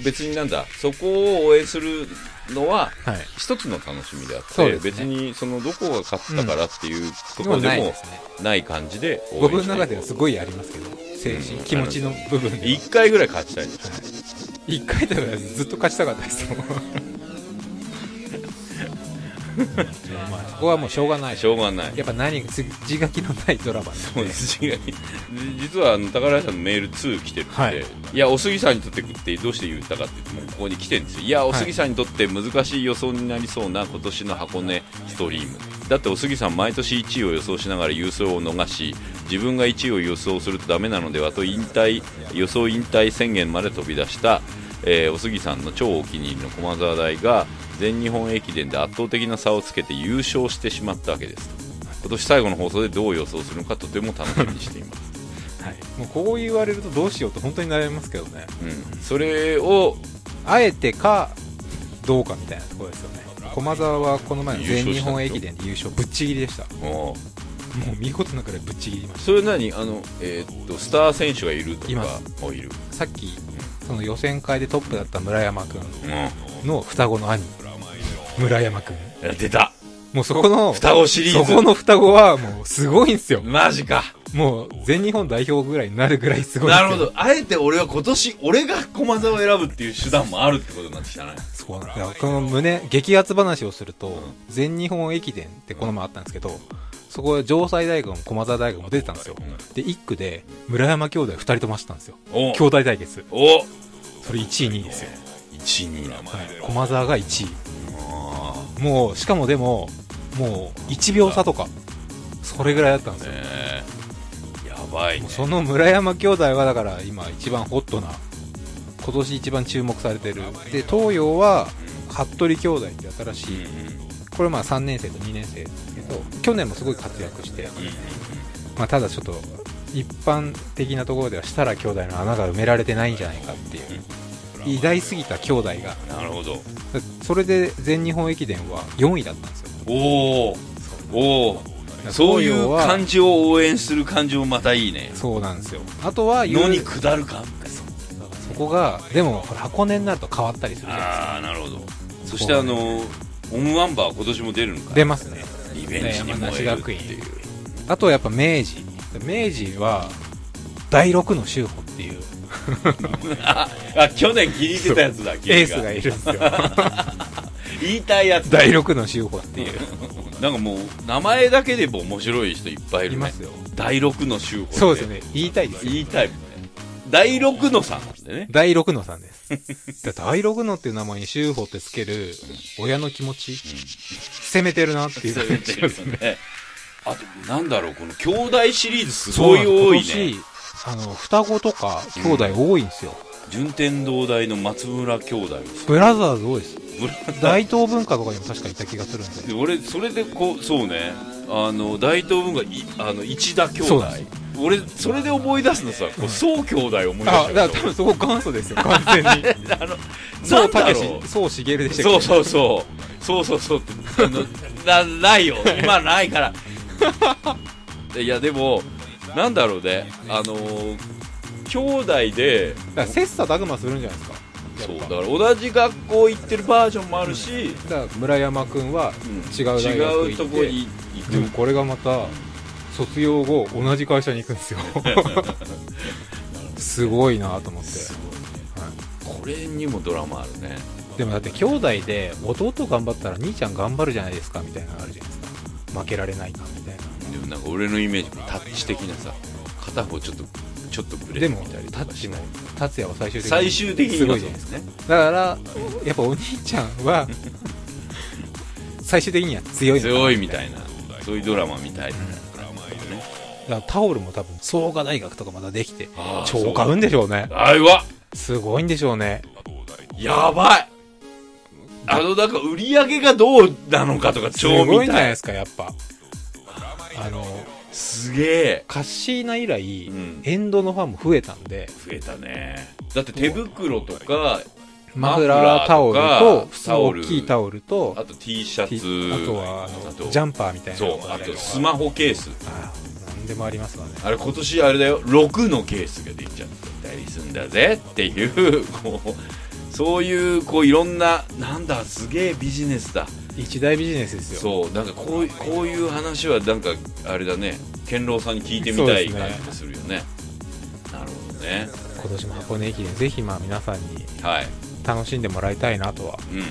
Speaker 2: 別になんだ、そこを応援するのは、
Speaker 3: はい
Speaker 2: 一つの楽しみであって、
Speaker 3: そうですね
Speaker 2: 別にそのどこが勝ったからっていうところ
Speaker 3: もうな
Speaker 2: で
Speaker 3: い
Speaker 2: も
Speaker 3: ですね
Speaker 2: ない感じで応援
Speaker 3: 僕の
Speaker 2: していこう
Speaker 3: 中ではすごいありますけど精神
Speaker 2: うん
Speaker 3: 気持ちの部分で
Speaker 2: 一回ぐらい勝ちたいです。
Speaker 3: 1回とかずっと勝ちたかったですもんまあそこはもうしょうがない
Speaker 2: しょうがない。
Speaker 3: やっぱ何か字書きのないドラマです
Speaker 2: そうです違う 実はあの高橋さんのメール2来てるんで、
Speaker 3: はいい、
Speaker 2: や、お杉さんにとってってどうして言ったかって、もうここに来てるんですよ、いや、お杉さんにとって難しい予想になりそうな今年の箱根ストリーム、だってお杉さん、毎年1位を予想しながら優勝を逃し、自分が1位を予想するとダメなのではと引退、予想引退宣言まで飛び出した、えーお杉さんの超お気に入りの駒澤大が、全日本駅伝で圧倒的な差をつけて優勝してしまったわけです。今年最後の放送でどう予想するのかとても楽しみにしています、
Speaker 3: はい、もうこう言われるとどうしようと本当に悩みますけどね
Speaker 2: うん、それを
Speaker 3: あえてかどうかみたいなところですよね駒澤はこの前の全日本駅伝で優勝ぶっちぎりでした
Speaker 2: も
Speaker 3: もう見事なくらいぶっちぎりま
Speaker 2: う
Speaker 3: し
Speaker 2: それ何あの、えーっとスター選手がいると
Speaker 3: いま
Speaker 2: かもいる、
Speaker 3: たさっきその予選会でトップだった村山君
Speaker 2: う
Speaker 3: の双子の兄村山君
Speaker 2: ん、出た
Speaker 3: もうそこの
Speaker 2: 双子シリー
Speaker 3: そ
Speaker 2: ズ
Speaker 3: この双子はもうすごいんですよ
Speaker 2: マジか
Speaker 3: もう全日本代表ぐらいになるぐらいすごいんです
Speaker 2: な
Speaker 3: よ
Speaker 2: るほどあえて俺は今年俺が駒澤を選ぶっていう手段もあるってことになってきたね
Speaker 3: そうなんですよこの胸激アツ話をすると、全日本駅伝ってこの前あったんですけど、そこは城西大学も駒澤大学も出てたんですよ、
Speaker 2: うん
Speaker 3: で1区で村山兄弟2人とも走ったんですよ
Speaker 2: お
Speaker 3: 兄弟対決
Speaker 2: お
Speaker 3: それ1位2位ですよ、
Speaker 2: 1位2位なの
Speaker 3: はい、駒澤が1位もうしかもでももう1秒差とかそれぐらいだったんですよ、
Speaker 2: えー、やばいね
Speaker 3: もうその村山兄弟はだから今一番ホットな今年一番注目されてるで東洋は服部兄弟って新しい、
Speaker 2: うんうん
Speaker 3: これまあ3年生と2年生ですけど去年もすごい活躍して、まあ、ただちょっと一般的なところでは設楽兄弟の穴が埋められてないんじゃないかっていう偉大すぎた兄弟が
Speaker 2: なるほど
Speaker 3: それで全日本駅伝は4位だったんですよ
Speaker 2: おおおお
Speaker 3: ね
Speaker 2: そういう
Speaker 3: は
Speaker 2: 感じを応援する感じもまたいいね
Speaker 3: そうなんですよあとは
Speaker 2: 野
Speaker 3: 言う
Speaker 2: に下るかって
Speaker 3: そこがでもほら箱根になると変わったりするじゃないですか
Speaker 2: ああなるほどそしてあのオムワンバー今年も出るんか
Speaker 3: 出ますね
Speaker 2: リベンジに燃えるっていう
Speaker 3: ねあとはやっぱ明治明治は第6の修法っていう
Speaker 2: ああ去年気に入ってたやつだ君
Speaker 3: エースがいるんですよ
Speaker 2: 言いたいやつだ
Speaker 3: 第6の修法っていう
Speaker 2: なんかもう名前だけでも面白い人いっぱいい
Speaker 3: い
Speaker 2: る
Speaker 3: ま
Speaker 2: ね
Speaker 3: すよ
Speaker 2: 第6の集合
Speaker 3: そうですね言いたいですよ
Speaker 2: 言いたいもんね第6のさんでね
Speaker 3: 第6のさん です。だって第6のっていう名前に修法ってつける親の気持ち、攻めてるなっていう
Speaker 2: そう
Speaker 3: 感
Speaker 2: 言っ
Speaker 3: じ
Speaker 2: て
Speaker 3: が
Speaker 2: る
Speaker 3: す
Speaker 2: よ
Speaker 3: る
Speaker 2: ねあとなんだろうこの兄弟シリーズすごい多いね
Speaker 3: 今年、あの、双子とか兄弟多いんですよ。
Speaker 2: 順天堂大の松村兄弟もそう
Speaker 3: ブラザーズ多いです。
Speaker 2: ブラ
Speaker 3: 大東文化とかにも確かいた気がするんで。
Speaker 2: 俺それでこうそうねあの大東文がいあの一田兄弟
Speaker 3: そうなんで
Speaker 2: 俺それで思い出すのさこう宋兄弟思い出し
Speaker 3: あ、
Speaker 2: た
Speaker 3: だから多分そこ元祖ですよ、完 全に。
Speaker 2: あの
Speaker 3: そ
Speaker 2: な
Speaker 3: うん
Speaker 2: だ
Speaker 3: たけ
Speaker 2: ろう
Speaker 3: し、そうしげるでしたっ
Speaker 2: そ
Speaker 3: け
Speaker 2: うそうそう。そうそうそうって。あの、な、ない よ。今ないから。いや、でも、なんだろうね。あのー兄弟で、
Speaker 3: だから切磋琢磨するんじゃないですか。
Speaker 2: そう、だから同じ学校行ってるバージョンもあるし、
Speaker 3: だから村山くんは
Speaker 2: うん
Speaker 3: 違う大学行って
Speaker 2: 違うとこに行
Speaker 3: でもこれがまた卒業後同じ会社に行くん ですよすごいなと思って、は
Speaker 2: く。これにもドラマあるね。
Speaker 3: い、でもだって兄弟で弟頑張ったら兄ちゃん頑張るじゃないですかみたいなのあるじゃないですか負けられないかみたいな
Speaker 2: でもなんか俺のイメージもタッチ的なさ、片方ちょっと、ちょっとブレ
Speaker 3: で
Speaker 2: てみ
Speaker 3: も
Speaker 2: たりと
Speaker 3: タ
Speaker 2: か
Speaker 3: ッチ
Speaker 2: し
Speaker 3: も
Speaker 2: ない。
Speaker 3: 達也は最終的に
Speaker 2: 最終的に
Speaker 3: すごいじゃないです
Speaker 2: すね。
Speaker 3: かだからやっぱお兄ちゃん は最終的には強いのか
Speaker 2: 強いみたいな。そういうドラマみたいな。ね
Speaker 3: だからタオルも多分創価大学とかまだできて
Speaker 2: あー
Speaker 3: 超買うんでしょうね
Speaker 2: あいわ
Speaker 3: すごいんでしょうね
Speaker 2: やばいあの、なんか売り上げがどうなのかとか
Speaker 3: す
Speaker 2: 超
Speaker 3: ごいん
Speaker 2: 見
Speaker 3: じゃな
Speaker 2: た
Speaker 3: いで
Speaker 2: い。
Speaker 3: すかやっぱあの
Speaker 2: すげえ。
Speaker 3: カッシーナ以来、
Speaker 2: うん
Speaker 3: エンドのファンも増えたんで
Speaker 2: 増えたね。だって手袋とか、
Speaker 3: マフラータオル
Speaker 2: マフラー
Speaker 3: と
Speaker 2: とか
Speaker 3: 普通
Speaker 2: タオル
Speaker 3: 大きいタオルと
Speaker 2: あと T シャ
Speaker 3: T-
Speaker 2: ツ。
Speaker 3: あとはあの
Speaker 2: あと
Speaker 3: ジャンパーみたいな
Speaker 2: そう、あとスマホケース。
Speaker 3: あ何でもありますわね
Speaker 2: あれ今年あれだよ、6のケースが出ちゃったりすんだぜっていう、こう、そういう、こういろんな、なんだ、すげえビジネスだ。
Speaker 3: 一大ビジネスですよ
Speaker 2: そうなんかこういこういう話はなんかあれだね健郎さんに聞いてみたい
Speaker 3: そうです
Speaker 2: 感
Speaker 3: ね
Speaker 2: じがするよねなるほどね
Speaker 3: 今年も箱根駅伝ぜひまあ皆さんに
Speaker 2: はい
Speaker 3: 楽しんでもらいたいなとは
Speaker 2: うん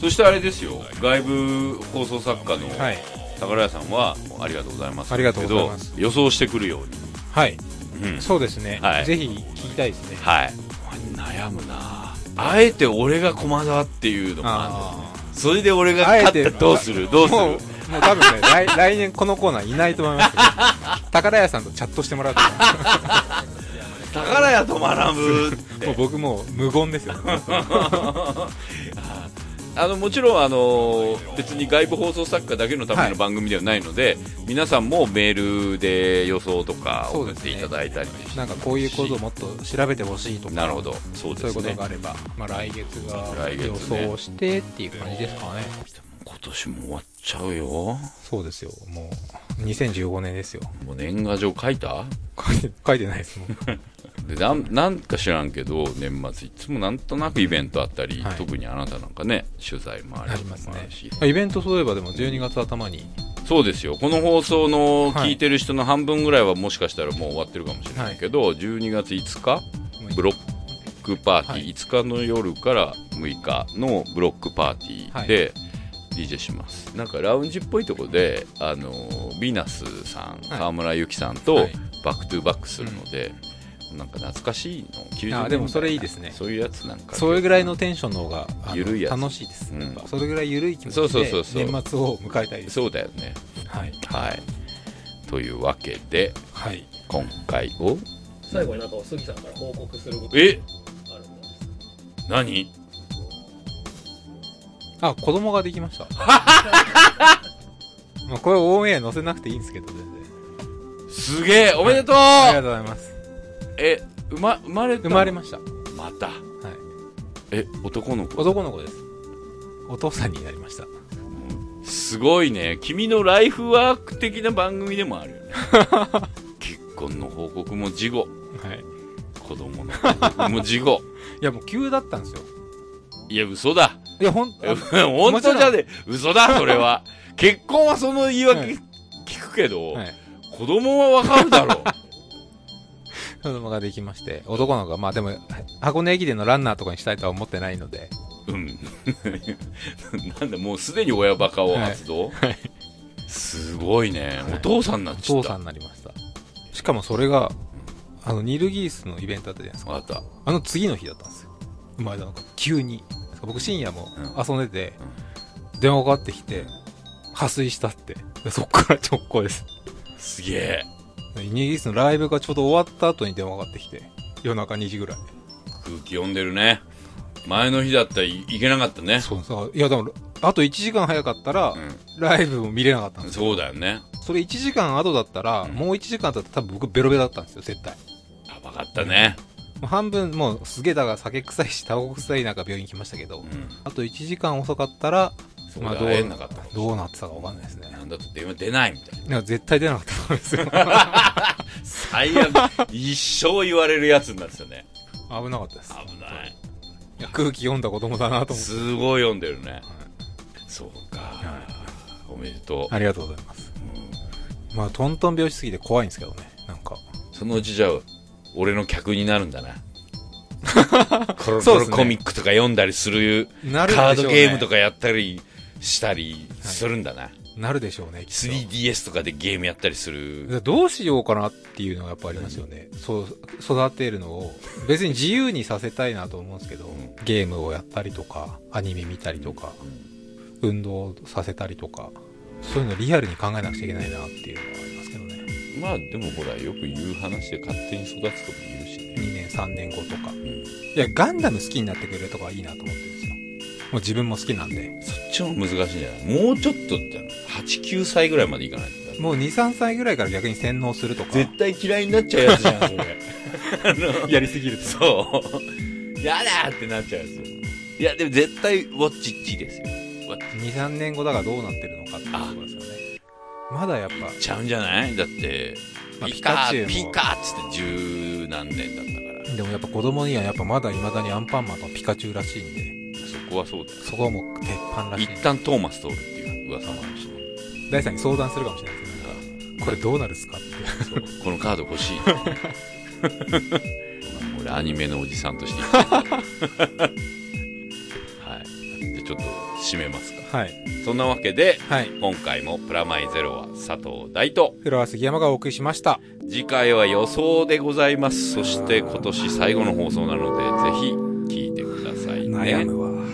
Speaker 2: そしてあれですよ外部放送作家の
Speaker 3: はい
Speaker 2: 宝屋さんはありがとうございます
Speaker 3: ありがとうございます
Speaker 2: けど予想してくるよう
Speaker 3: はい
Speaker 2: にうん
Speaker 3: そうですね、
Speaker 2: はい
Speaker 3: ぜひ聞きたいですね
Speaker 2: はい悩むなあえて俺が駒沢っていうのもあるんだよね
Speaker 3: あ
Speaker 2: それで俺が
Speaker 3: ーあえ
Speaker 2: 勝ってたらどうするどうす
Speaker 3: も
Speaker 2: る
Speaker 3: うもう多分ね来 来年このコーナーいないと思いますよ宝屋さんとチャットしてもらうと思います
Speaker 2: 宝屋と学ぶって
Speaker 3: もう僕もう無言ですよ
Speaker 2: あのもちろんあの別に外部放送作家だけのため
Speaker 3: はい
Speaker 2: の番組ではないので、皆さんもメールで予想とか
Speaker 3: そう
Speaker 2: 送っ
Speaker 3: です
Speaker 2: て
Speaker 3: ね
Speaker 2: いただいたりもして
Speaker 3: なんかこういうことをもっと調べてほしいとか
Speaker 2: なるほどそう
Speaker 3: そう
Speaker 2: で
Speaker 3: いう
Speaker 2: す
Speaker 3: こと
Speaker 2: ね
Speaker 3: があれば、まあ、来月が
Speaker 2: 来月ね
Speaker 3: 予想をしてっていう感じですかね
Speaker 2: 今年も終わっちゃうよも
Speaker 3: そうですよもう2015年ですよ
Speaker 2: う年賀状書いた
Speaker 3: 書いて書いてないですもん
Speaker 2: でなんなんか知らんけど年末いつもなんとなくイベントあったり、
Speaker 3: はい
Speaker 2: 特にあなたなんかね取材もあ
Speaker 3: あ
Speaker 2: り
Speaker 3: りますね
Speaker 2: し
Speaker 3: イベントそういえばでも12月頭に
Speaker 2: そうですよこの放送の
Speaker 3: は
Speaker 2: 聞
Speaker 3: い
Speaker 2: いてる人の半分ぐらいはもしかしたらもう終わってるかもしれないけど、12月5日ブロックパーティー、
Speaker 3: はい
Speaker 2: 5日の夜から6日のブロックパーティーで DJ します、なんかラウンジっぽいとこであのーヴィーナスさん、
Speaker 3: はい
Speaker 2: 河村ゆきさんと
Speaker 3: はい
Speaker 2: バックトゥーバックするので、なんか懐かしいの90年代
Speaker 3: あでもそれいいですね
Speaker 2: そういうやつなんか
Speaker 3: それぐらいのテンションの方があの
Speaker 2: ゆるいやつ
Speaker 3: 楽しいです、
Speaker 2: うん
Speaker 3: やっぱそれぐらい緩い気持ちで
Speaker 2: そう
Speaker 3: 年
Speaker 2: そう
Speaker 3: 末
Speaker 2: そ
Speaker 3: を
Speaker 2: うそう
Speaker 3: 迎えたいです
Speaker 2: そうだよね
Speaker 3: はい、
Speaker 2: はいというわけで
Speaker 3: はい、
Speaker 2: 今回を
Speaker 4: 最後になんか杉さんから報告すること
Speaker 2: え
Speaker 4: があるみたいです
Speaker 2: 何
Speaker 3: あ子供ができま したまあこれオンエア載せなくていいんですけど全然
Speaker 2: すげえおめでとう、
Speaker 3: ありがとうございます
Speaker 2: え生ま生まれた
Speaker 3: 生まれました、は
Speaker 2: また
Speaker 3: い、
Speaker 2: え男の子
Speaker 3: 男の子ですお父さんになりました
Speaker 2: すごいね君のライフワーク的な番組でもあるよね 結婚の報告も事後
Speaker 3: はい。
Speaker 2: 子供の報告も事後
Speaker 3: いや、もう急だったんですよ。
Speaker 2: いや嘘だ
Speaker 3: いや、ほん、あ
Speaker 2: 本当じゃねえ嘘だそれは結婚はその言い訳、
Speaker 3: はい
Speaker 2: 聞くけど、
Speaker 3: はい。
Speaker 2: 子供はわかるだろう
Speaker 3: 子供ができまして、男の子が、まあでも、箱根駅伝のランナーとかにしたいとは思ってないので、
Speaker 2: うんなんだもうすでに親バカを発動、
Speaker 3: はい
Speaker 2: すごいね、
Speaker 3: はい
Speaker 2: お父さんになっ
Speaker 3: お
Speaker 2: ちゃ
Speaker 3: 父
Speaker 2: っ
Speaker 3: さ
Speaker 2: た
Speaker 3: んになりました。しかもそれが、あの、ニルギースのイベントだったじゃないですか。
Speaker 2: わかった
Speaker 3: あの次の日だったんですよ。前田の子、急に。僕深夜も遊んでて、電話かかってきて、破水したって。でそっから直行です。
Speaker 2: すげえ
Speaker 3: ニルギースのライブがちょうど終わった後に電話かかってきて、夜中2時ぐらい。
Speaker 2: 空気読んでるね前の日だったらいいけなかったね
Speaker 3: そうそう。いや、でも、あと1時間早かったら、
Speaker 2: う
Speaker 3: ライブも見れなかったんで
Speaker 2: ん、
Speaker 3: すよ。
Speaker 2: そうだよね
Speaker 3: それ1時間後だったら、
Speaker 2: うん
Speaker 3: もう1時間だったら多分僕ベロベロだったんですよ、絶対。
Speaker 2: やばかったね、
Speaker 3: もう半分、もうすげえだが酒臭いし、タバコ臭い中病院来ましたけど、
Speaker 2: うん、
Speaker 3: あと1時間遅かったら、
Speaker 2: そう
Speaker 3: まあ
Speaker 2: だ
Speaker 3: どう
Speaker 2: 会えなかったかもしれ
Speaker 3: どうなってたかわかんないですね
Speaker 2: な。いなんだって電話出ないみたいな
Speaker 3: なんか絶対出なかったと思うんですよ。
Speaker 2: 最悪一生言われるやつになってたね
Speaker 3: 危なかったです。
Speaker 2: 危ない
Speaker 3: いや空気読んだ子供だなと思って。
Speaker 2: すごい読んでるね、そうか、おめでとう、
Speaker 3: ありがとうございます。まあ、トントン拍子すぎて怖いんですけどね、なんか。
Speaker 2: そのうちじゃあ俺の客になるんだなコロコ
Speaker 3: そうで
Speaker 2: ロ
Speaker 3: すね
Speaker 2: コミックとか読んだりする
Speaker 3: なるでしょ
Speaker 2: カ
Speaker 3: うね
Speaker 2: ードゲームとかやったりしたりするんだな、
Speaker 3: なるでしょうね、きっと
Speaker 2: 3DS とかでゲームやったりする
Speaker 3: だからどうしようかなっていうのがやっぱありますよね。そう、育てるのを、別に自由にさせたいなと思うんですけど、
Speaker 2: ん
Speaker 3: ゲームをやったりとか、アニメ見たりとか、運動させたりとか、そういうのリアルに考えなくちゃいけないなっていうのはありますけどね。
Speaker 2: まあでもほらよく言う話で勝手に育つとも言うしね
Speaker 3: 2年、3年後とか。いや、ガンダム好きになってくれるとかいいなと思ってるんですよ。もう自分も好きなんで。
Speaker 2: そっちも難しいんじゃないもうちょっとって89歳ぐらいまでいかないと
Speaker 3: もう2、3歳ぐらいから逆に洗脳すると か。
Speaker 2: 絶対嫌いになっちゃうやつじゃんそれあの
Speaker 3: やりすぎる
Speaker 2: そうやだーってなっちゃうやついやでも絶対ウォッチッチですよウォッ
Speaker 3: 2、3年後だからどうなってるのかっていうところですよね。まだやっぱ、
Speaker 2: チちゃうんじゃないだって
Speaker 3: まあ
Speaker 2: ピカー
Speaker 3: ピカチュウ
Speaker 2: ピ
Speaker 3: も
Speaker 2: カーっつって十何年だったから
Speaker 3: でもやっぱ子供にはやっぱまだ未だにアンパンマンとピカチュウらしいんで、
Speaker 2: そこはそうだよ
Speaker 3: そこはもう鉄板らしい
Speaker 2: 一
Speaker 3: んで。
Speaker 2: 旦トーマス通るっていう噂もあるしね
Speaker 3: 大さんに相談するかもしれないですね。これどうなるっすかって。
Speaker 2: そうこのカード欲しい 俺アニメのおじさんとして 生きてるはいじゃあちょっと締めますか
Speaker 3: はい。
Speaker 2: そんなわけで
Speaker 3: はい。
Speaker 2: 今回も「プラマイゼロ」は佐藤大と
Speaker 3: フロア杉山がお送りしました。
Speaker 2: 次回は予想でございますそして今年最後の放送なのでぜひ聞いてくださいね
Speaker 3: わ。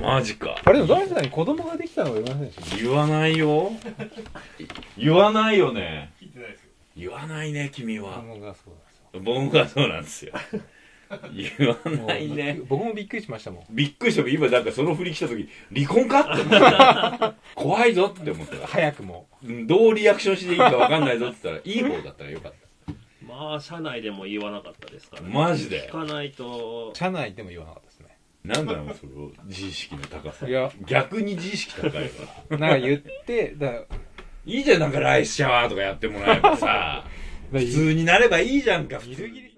Speaker 2: マジか
Speaker 3: あれでも大さんに子供ができたのは言いませんでした
Speaker 2: 言わないよ言わないよね言わないね君は僕がそうなん ですよ言わないね
Speaker 3: 僕もびっくりしましたもん。
Speaker 2: びっくりしたもん今なんかその振り来た時離婚かって思った怖いぞって思った
Speaker 3: 早くも。
Speaker 2: うんどうリアクションしていいか分かんないぞって言ったらいい方だったらよかっ
Speaker 4: まあ、社内でも言わなかったですから
Speaker 2: たマジで
Speaker 4: 聞かないと、
Speaker 3: 社内でも言わなかったですね。
Speaker 2: なんだろうその自意識の高さ
Speaker 3: いや
Speaker 2: 逆に自意識高いわ
Speaker 3: なんか言って、だから
Speaker 2: いいじゃんなんかライスシャワーとかやってもらえばさ普通になればいいじゃんか普通に